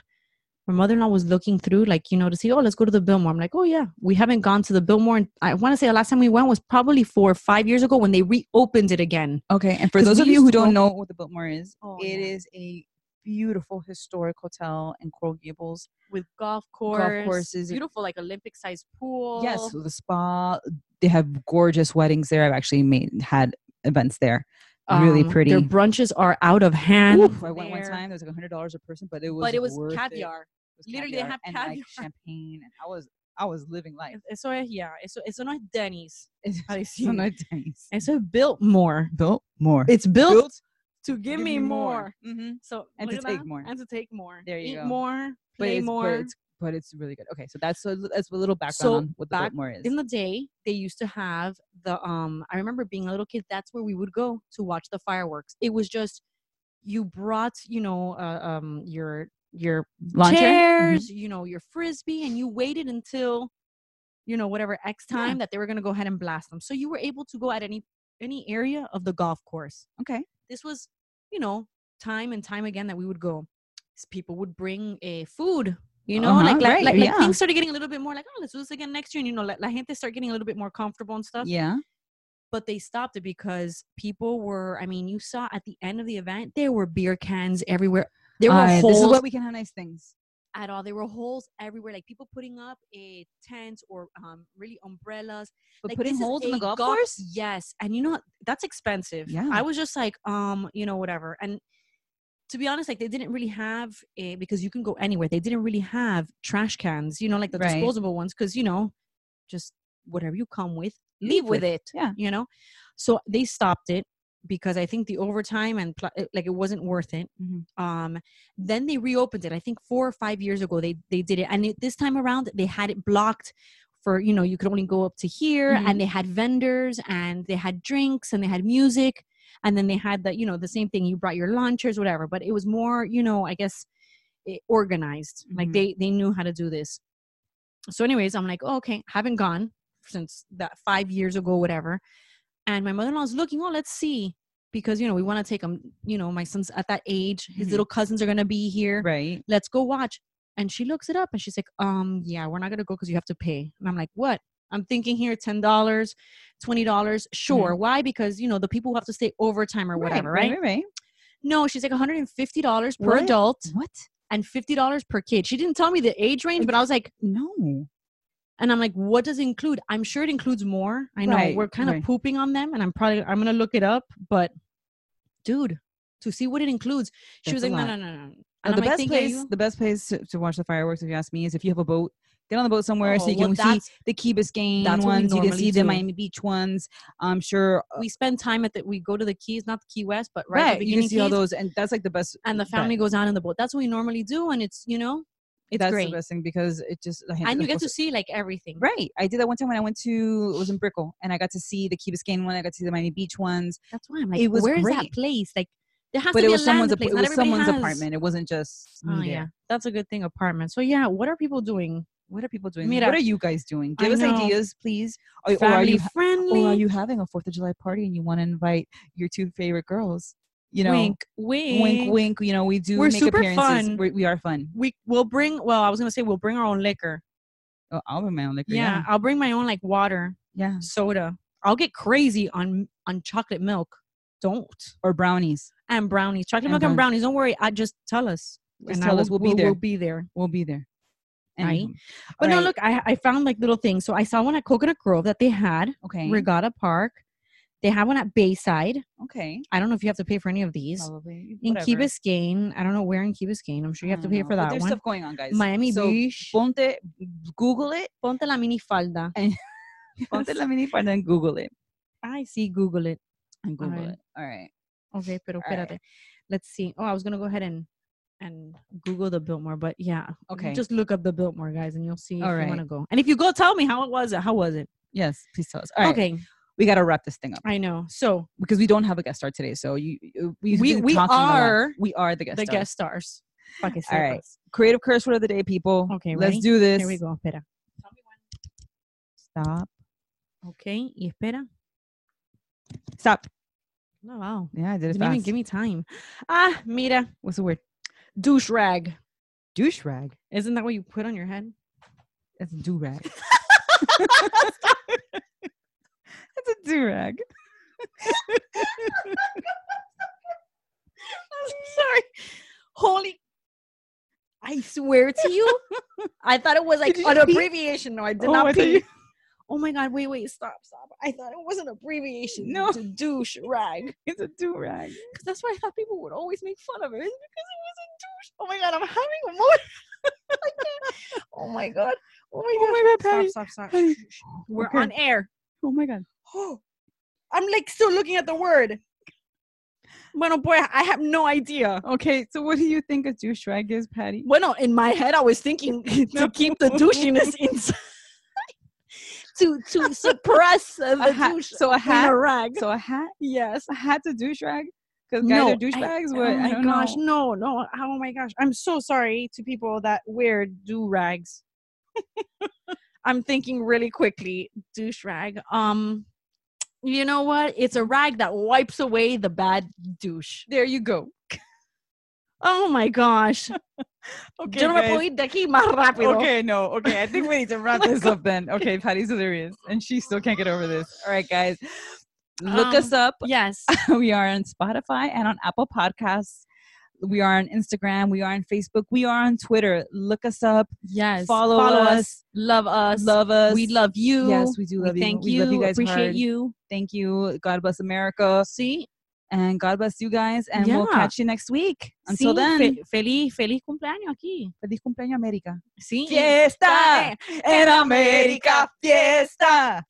[SPEAKER 2] my mother-in-law was looking through, like you know, to see. Oh, let's go to the Biltmore. I'm like, oh yeah, we haven't gone to the Biltmore. in- I want to say the last time we went was probably four or five years ago when they reopened it again.
[SPEAKER 3] okay. And for
[SPEAKER 2] 'cause
[SPEAKER 3] those
[SPEAKER 2] we
[SPEAKER 3] of you
[SPEAKER 2] used
[SPEAKER 3] who
[SPEAKER 2] to go-
[SPEAKER 3] don't know what the Biltmore is,
[SPEAKER 2] Oh,
[SPEAKER 3] it
[SPEAKER 2] yeah.
[SPEAKER 3] is a beautiful historic hotel in Coral Gables.
[SPEAKER 2] With golf course,
[SPEAKER 3] course, courses.
[SPEAKER 2] beautiful like Olympic-sized pool.
[SPEAKER 3] Yes, so the spa. They have gorgeous weddings there. I've actually made had events there. really pretty.
[SPEAKER 2] Um, Their brunches are out of hand.
[SPEAKER 3] Oof, I went one
[SPEAKER 2] there.
[SPEAKER 3] time. There was like hundred dollars a person, but it was
[SPEAKER 2] but it was
[SPEAKER 3] worth it.
[SPEAKER 2] caviar.
[SPEAKER 3] was
[SPEAKER 2] Literally, they
[SPEAKER 3] caviar
[SPEAKER 2] have
[SPEAKER 3] and like
[SPEAKER 2] caviar.
[SPEAKER 3] champagne and i was i was living life
[SPEAKER 2] E-, Eso es, yeah. Eso, eso no es Denny's. Ay, sí.
[SPEAKER 3] so no days
[SPEAKER 2] Eso es Biltmore.
[SPEAKER 3] built more
[SPEAKER 2] It's built,
[SPEAKER 3] built
[SPEAKER 2] to give, me more.
[SPEAKER 3] hmm
[SPEAKER 2] So
[SPEAKER 3] And to
[SPEAKER 2] look at
[SPEAKER 3] take
[SPEAKER 2] that.
[SPEAKER 3] more.
[SPEAKER 2] And to take more.
[SPEAKER 3] There you
[SPEAKER 2] Eat
[SPEAKER 3] go.
[SPEAKER 2] more.
[SPEAKER 3] but
[SPEAKER 2] Play
[SPEAKER 3] it's,
[SPEAKER 2] more.
[SPEAKER 3] but it's but it's really good okay so that's a, that's a little background
[SPEAKER 2] So
[SPEAKER 3] on what the
[SPEAKER 2] back
[SPEAKER 3] built more is
[SPEAKER 2] In the day, they used to have the um. I remember being a little kid. That's where we would go to watch the fireworks. It was just you brought you know uh, um your your
[SPEAKER 3] Lawn chair?
[SPEAKER 2] chairs, you know your frisbee, and you waited until you know whatever X
[SPEAKER 3] Yeah.
[SPEAKER 2] time that they were gonna go ahead and blast them. So you were able to go at any any area of the golf course.
[SPEAKER 3] Mhm. okay
[SPEAKER 2] this was you know time and time again that we would go S- people would bring uh, food you know
[SPEAKER 3] Uh-huh,
[SPEAKER 2] like like,
[SPEAKER 3] right,
[SPEAKER 2] like, like
[SPEAKER 3] yeah.
[SPEAKER 2] things started getting a little bit more like oh let's do this again next year and you know like la gente start getting a little bit more comfortable and stuff
[SPEAKER 3] yeah
[SPEAKER 2] but they stopped it because people were i mean you saw at the end of the event there were beer cans everywhere there were
[SPEAKER 3] Ay,
[SPEAKER 2] holes
[SPEAKER 3] this is what we can have nice things
[SPEAKER 2] at all there were holes everywhere like people putting up a tent or um really umbrellas
[SPEAKER 3] but
[SPEAKER 2] like,
[SPEAKER 3] putting
[SPEAKER 2] this is
[SPEAKER 3] holes in the
[SPEAKER 2] a
[SPEAKER 3] golf
[SPEAKER 2] gol-
[SPEAKER 3] course
[SPEAKER 2] Yes, and you know what? that's expensive.
[SPEAKER 3] Yeah.
[SPEAKER 2] I was just like, um, you know, whatever. And to be honest, like they didn't really have a, because you can go anywhere. They didn't really have trash cans, you know, like the
[SPEAKER 3] Right.
[SPEAKER 2] disposable ones, because you know, just whatever you come with, leave with it.
[SPEAKER 3] yeah.
[SPEAKER 2] you know. So they stopped it because I think the overtime and pl- it- like it wasn't worth it.
[SPEAKER 3] Mhm.
[SPEAKER 2] Um, then they reopened it. I think four or five years ago they they did it, and it, this time around they had it blocked for you know you could only go up to here,
[SPEAKER 3] Mhm.
[SPEAKER 2] and they had vendors and they had drinks and they had music, and then they had the you know the same thing. You brought your launchers, whatever, but it was more you know I guess eh, organized. Like
[SPEAKER 3] Mhm.
[SPEAKER 2] they they knew how to do this. So, anyways, I'm like, oh, okay, haven't gone since that five years ago, whatever. And my mother-in-law is looking, oh, let's see. Because, you know, we want to take him, you know, my son's at that age. His
[SPEAKER 3] Mhm.
[SPEAKER 2] little cousins are going to be here.
[SPEAKER 3] right
[SPEAKER 2] Let's go watch. And she looks it up and she's like, um, yeah, we're not going to go because you have to pay. And I'm like, what? I'm thinking here $10, $20. Sure. Why? Because, you know, the people who have to stay overtime or whatever, right?
[SPEAKER 3] Mm-hmm. right, right.
[SPEAKER 2] No, she's like $150 per
[SPEAKER 3] What?
[SPEAKER 2] adult
[SPEAKER 3] what
[SPEAKER 2] and $50 per kid. She didn't tell me the age range, but I was like,
[SPEAKER 3] no
[SPEAKER 2] and I'm like, what does it include? I'm sure it includes more. I know
[SPEAKER 3] Right,
[SPEAKER 2] we're kind of
[SPEAKER 3] right.
[SPEAKER 2] pooping on them, and I'm probably I'm gonna look it up, but dude, to see what it includes, she
[SPEAKER 3] That's
[SPEAKER 2] was
[SPEAKER 3] a
[SPEAKER 2] like, no,
[SPEAKER 3] lot.
[SPEAKER 2] no, no, no.
[SPEAKER 3] Now,
[SPEAKER 2] And
[SPEAKER 3] the
[SPEAKER 2] I'm like,
[SPEAKER 3] best
[SPEAKER 2] thinking, are
[SPEAKER 3] place
[SPEAKER 2] you-
[SPEAKER 3] the best place to, to watch the fireworks if you ask me is if you have a boat get on the boat somewhere so
[SPEAKER 2] Oh,
[SPEAKER 3] you
[SPEAKER 2] well,
[SPEAKER 3] can see
[SPEAKER 2] that's-
[SPEAKER 3] the Key Biscayne
[SPEAKER 2] That's what we
[SPEAKER 3] ones. You can
[SPEAKER 2] normally
[SPEAKER 3] see the
[SPEAKER 2] do.
[SPEAKER 3] Miami Beach ones. I'm sure. uh,
[SPEAKER 2] we spend time at the we go to the keys not the key west but right, at
[SPEAKER 3] Right,
[SPEAKER 2] the
[SPEAKER 3] you can
[SPEAKER 2] beginning
[SPEAKER 3] see all
[SPEAKER 2] Keys,
[SPEAKER 3] those, and that's like the best.
[SPEAKER 2] and the
[SPEAKER 3] bet.
[SPEAKER 2] family goes out in the boat that's what we normally do and it's you know it's
[SPEAKER 3] that's
[SPEAKER 2] great
[SPEAKER 3] the best thing because it just I
[SPEAKER 2] and you
[SPEAKER 3] of
[SPEAKER 2] get
[SPEAKER 3] course,
[SPEAKER 2] to see like everything
[SPEAKER 3] Right. I did that one time when I went to it was in Brickell and I got to see the Key Biscayne one, I got to see the Miami Beach ones.
[SPEAKER 2] that's why i'm like
[SPEAKER 3] It was
[SPEAKER 2] where's
[SPEAKER 3] great.
[SPEAKER 2] that place like there has
[SPEAKER 3] But
[SPEAKER 2] to
[SPEAKER 3] it
[SPEAKER 2] be
[SPEAKER 3] was
[SPEAKER 2] a land
[SPEAKER 3] someone's ap-
[SPEAKER 2] place.
[SPEAKER 3] it
[SPEAKER 2] Not
[SPEAKER 3] was
[SPEAKER 2] everybody
[SPEAKER 3] someone's
[SPEAKER 2] has.
[SPEAKER 3] apartment. It wasn't just me
[SPEAKER 2] oh
[SPEAKER 3] there.
[SPEAKER 2] yeah that's a good thing apartment so yeah what are people doing
[SPEAKER 3] What are people doing?
[SPEAKER 2] Mira.
[SPEAKER 3] What are you guys doing?
[SPEAKER 2] I
[SPEAKER 3] Give us
[SPEAKER 2] know.
[SPEAKER 3] ideas, please. Or, or are
[SPEAKER 2] family
[SPEAKER 3] you
[SPEAKER 2] friendly
[SPEAKER 3] or are you having a Fourth of July party and you want to invite your two favorite girls? You know,
[SPEAKER 2] wink wink
[SPEAKER 3] wink, wink, You know, we do
[SPEAKER 2] We're
[SPEAKER 3] make
[SPEAKER 2] super
[SPEAKER 3] appearances.
[SPEAKER 2] fun.
[SPEAKER 3] We're, we are fun.
[SPEAKER 2] we we'll bring well i was gonna say we'll bring our own liquor
[SPEAKER 3] Oh, I'll be my own liquor.
[SPEAKER 2] yeah
[SPEAKER 3] Yeah,
[SPEAKER 2] i'll bring my own like water
[SPEAKER 3] yeah.
[SPEAKER 2] soda i'll get crazy on on chocolate milk don't
[SPEAKER 3] Or brownies.
[SPEAKER 2] and brownies, chocolate
[SPEAKER 3] And
[SPEAKER 2] milk and brownies. Don't worry, I just tell us.
[SPEAKER 3] Just
[SPEAKER 2] and I
[SPEAKER 3] tell
[SPEAKER 2] will-
[SPEAKER 3] us. We'll be
[SPEAKER 2] We'll
[SPEAKER 3] there.
[SPEAKER 2] be there.
[SPEAKER 3] We'll be there.
[SPEAKER 2] Right.
[SPEAKER 3] Anywho.
[SPEAKER 2] But no,
[SPEAKER 3] Right.
[SPEAKER 2] look, I, I found like little things. So I saw one at Coconut Grove that they had,
[SPEAKER 3] Okay.
[SPEAKER 2] Regatta Park. They have one at Bayside.
[SPEAKER 3] okay.
[SPEAKER 2] I don't know if you have to pay for any of these.
[SPEAKER 3] Probably.
[SPEAKER 2] in Key
[SPEAKER 3] Oh, whatever.
[SPEAKER 2] Biscayne, I don't know where in Key Biscayne. I'm sure you have to
[SPEAKER 3] don't
[SPEAKER 2] pay
[SPEAKER 3] know,
[SPEAKER 2] for
[SPEAKER 3] but
[SPEAKER 2] that
[SPEAKER 3] there's
[SPEAKER 2] one.
[SPEAKER 3] stuff going on, guys.
[SPEAKER 2] Miami
[SPEAKER 3] so
[SPEAKER 2] Beach.
[SPEAKER 3] Ponte, Google it.
[SPEAKER 2] Ponte la minifalda.
[SPEAKER 3] Ponte la mini part and Google it.
[SPEAKER 2] I see. Google it.
[SPEAKER 3] And Google
[SPEAKER 2] Alright.
[SPEAKER 3] it. All right.
[SPEAKER 2] Okay, pero
[SPEAKER 3] All right.
[SPEAKER 2] espérate. Let's see. Oh, I was gonna go ahead and and Google the Biltmore, but yeah. you
[SPEAKER 3] Okay.
[SPEAKER 2] Just look up the Biltmore, guys, and you'll see if
[SPEAKER 3] All
[SPEAKER 2] you
[SPEAKER 3] right.
[SPEAKER 2] want to go. And if you go, tell me how it was. It. How was it?
[SPEAKER 3] Yes. Please tell us. All right. Okay.
[SPEAKER 2] Okay,
[SPEAKER 3] We got to wrap this thing up
[SPEAKER 2] I know. So
[SPEAKER 3] because we don't have a guest star today. So you, you- we've
[SPEAKER 2] We-
[SPEAKER 3] been
[SPEAKER 2] we
[SPEAKER 3] talking a lot.
[SPEAKER 2] are
[SPEAKER 3] we are the guest.
[SPEAKER 2] the
[SPEAKER 3] star.
[SPEAKER 2] guest stars. Fuck it,
[SPEAKER 3] All
[SPEAKER 2] say
[SPEAKER 3] right.
[SPEAKER 2] us.
[SPEAKER 3] Creative curse word of the day, people.
[SPEAKER 2] Okay,
[SPEAKER 3] Let's
[SPEAKER 2] ready?
[SPEAKER 3] do this.
[SPEAKER 2] Here we go. Espera.
[SPEAKER 3] Stop.
[SPEAKER 2] Okay. Y espera.
[SPEAKER 3] Stop.
[SPEAKER 2] No, wow.
[SPEAKER 3] Yeah, I did it
[SPEAKER 2] Didn't even
[SPEAKER 3] fast.
[SPEAKER 2] give me time. Ah, mira,
[SPEAKER 3] What's the word?
[SPEAKER 2] douche rag.
[SPEAKER 3] Douche rag.
[SPEAKER 2] Isn't that what you put on your head?
[SPEAKER 3] That's do rag. That's a do rag.
[SPEAKER 2] I'm sorry. Holy. I swear to you, I thought it was like
[SPEAKER 3] Did you
[SPEAKER 2] an
[SPEAKER 3] pee?
[SPEAKER 2] abbreviation. No, I did
[SPEAKER 3] Oh, I
[SPEAKER 2] not
[SPEAKER 3] thought
[SPEAKER 2] pee.
[SPEAKER 3] you-
[SPEAKER 2] Oh my god! Wait, wait, stop, stop! I thought it was an abbreviation.
[SPEAKER 3] No.
[SPEAKER 2] to douche rag,
[SPEAKER 3] It's a do rag.
[SPEAKER 2] because that's why I thought people would always make fun of it. It's because it was a douche. Oh my god! I'm having a moment. like that. Oh my god! Oh my god!
[SPEAKER 3] Oh my God, Patty.
[SPEAKER 2] Stop! Stop! Stop!
[SPEAKER 3] Patty.
[SPEAKER 2] We're
[SPEAKER 3] Okay.
[SPEAKER 2] on air.
[SPEAKER 3] Oh my god.
[SPEAKER 2] Oh, I'm like still looking at the word. Bueno, boy, I have no idea.
[SPEAKER 3] Okay, so what do you think a douche rag is, Patty?
[SPEAKER 2] Bueno, in my head, I was thinking to keep the douchiness inside, to to suppress uh, the
[SPEAKER 3] A hat-
[SPEAKER 2] douche
[SPEAKER 3] so
[SPEAKER 2] in
[SPEAKER 3] a
[SPEAKER 2] a
[SPEAKER 3] hat.
[SPEAKER 2] rag.
[SPEAKER 3] So a hat.
[SPEAKER 2] yes.
[SPEAKER 3] A hat's a douche rag. Because guys
[SPEAKER 2] No,
[SPEAKER 3] are douchebags. What?
[SPEAKER 2] oh my
[SPEAKER 3] I don't
[SPEAKER 2] gosh,
[SPEAKER 3] know.
[SPEAKER 2] no, no. Oh my gosh, I'm so sorry to people that wear do rags. I'm thinking really quickly, douche rag. Um, you know what? It's a rag that wipes away the bad douche.
[SPEAKER 3] There you go.
[SPEAKER 2] Oh my gosh.
[SPEAKER 3] Okay,
[SPEAKER 2] Yo no me
[SPEAKER 3] guys.
[SPEAKER 2] puedo ir de aquí más rápido.
[SPEAKER 3] Okay, no. Okay, I think we need to wrap this up then. Okay, Patty's hilarious, and she still can't get over this. All right, guys, look
[SPEAKER 2] Um,
[SPEAKER 3] us up.
[SPEAKER 2] Yes.
[SPEAKER 3] We are on Spotify and on Apple Podcasts. We are on Instagram. We are on Facebook. We are on Twitter. Look us up.
[SPEAKER 2] Yes.
[SPEAKER 3] Follow us.
[SPEAKER 2] Love us.
[SPEAKER 3] Love us.
[SPEAKER 2] We love you.
[SPEAKER 3] Yes, we do love you.
[SPEAKER 2] Thank
[SPEAKER 3] We love you guys
[SPEAKER 2] Appreciate
[SPEAKER 3] hard.
[SPEAKER 2] you.
[SPEAKER 3] Thank you. God bless America,
[SPEAKER 2] See.
[SPEAKER 3] and God bless you guys. And we'll
[SPEAKER 2] Yeah.
[SPEAKER 3] catch you next week. Until
[SPEAKER 2] sí,
[SPEAKER 3] then,
[SPEAKER 2] fe- feliz, feliz cumpleaños aquí.
[SPEAKER 3] feliz cumpleaños América.
[SPEAKER 2] Sí.
[SPEAKER 3] Fiesta
[SPEAKER 2] Fiesta
[SPEAKER 3] en América. Fiesta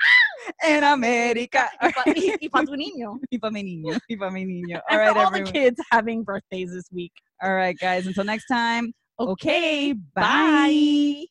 [SPEAKER 3] en América.
[SPEAKER 2] Ah. Y pa- y, y pa' tu niño.
[SPEAKER 3] Y pa' mi niño. Y pa' mi niño.
[SPEAKER 2] And
[SPEAKER 3] All right,
[SPEAKER 2] for all
[SPEAKER 3] everyone.
[SPEAKER 2] the kids having birthdays this week.
[SPEAKER 3] All right, guys. Until next time. Okay.
[SPEAKER 2] Okay,
[SPEAKER 3] bye.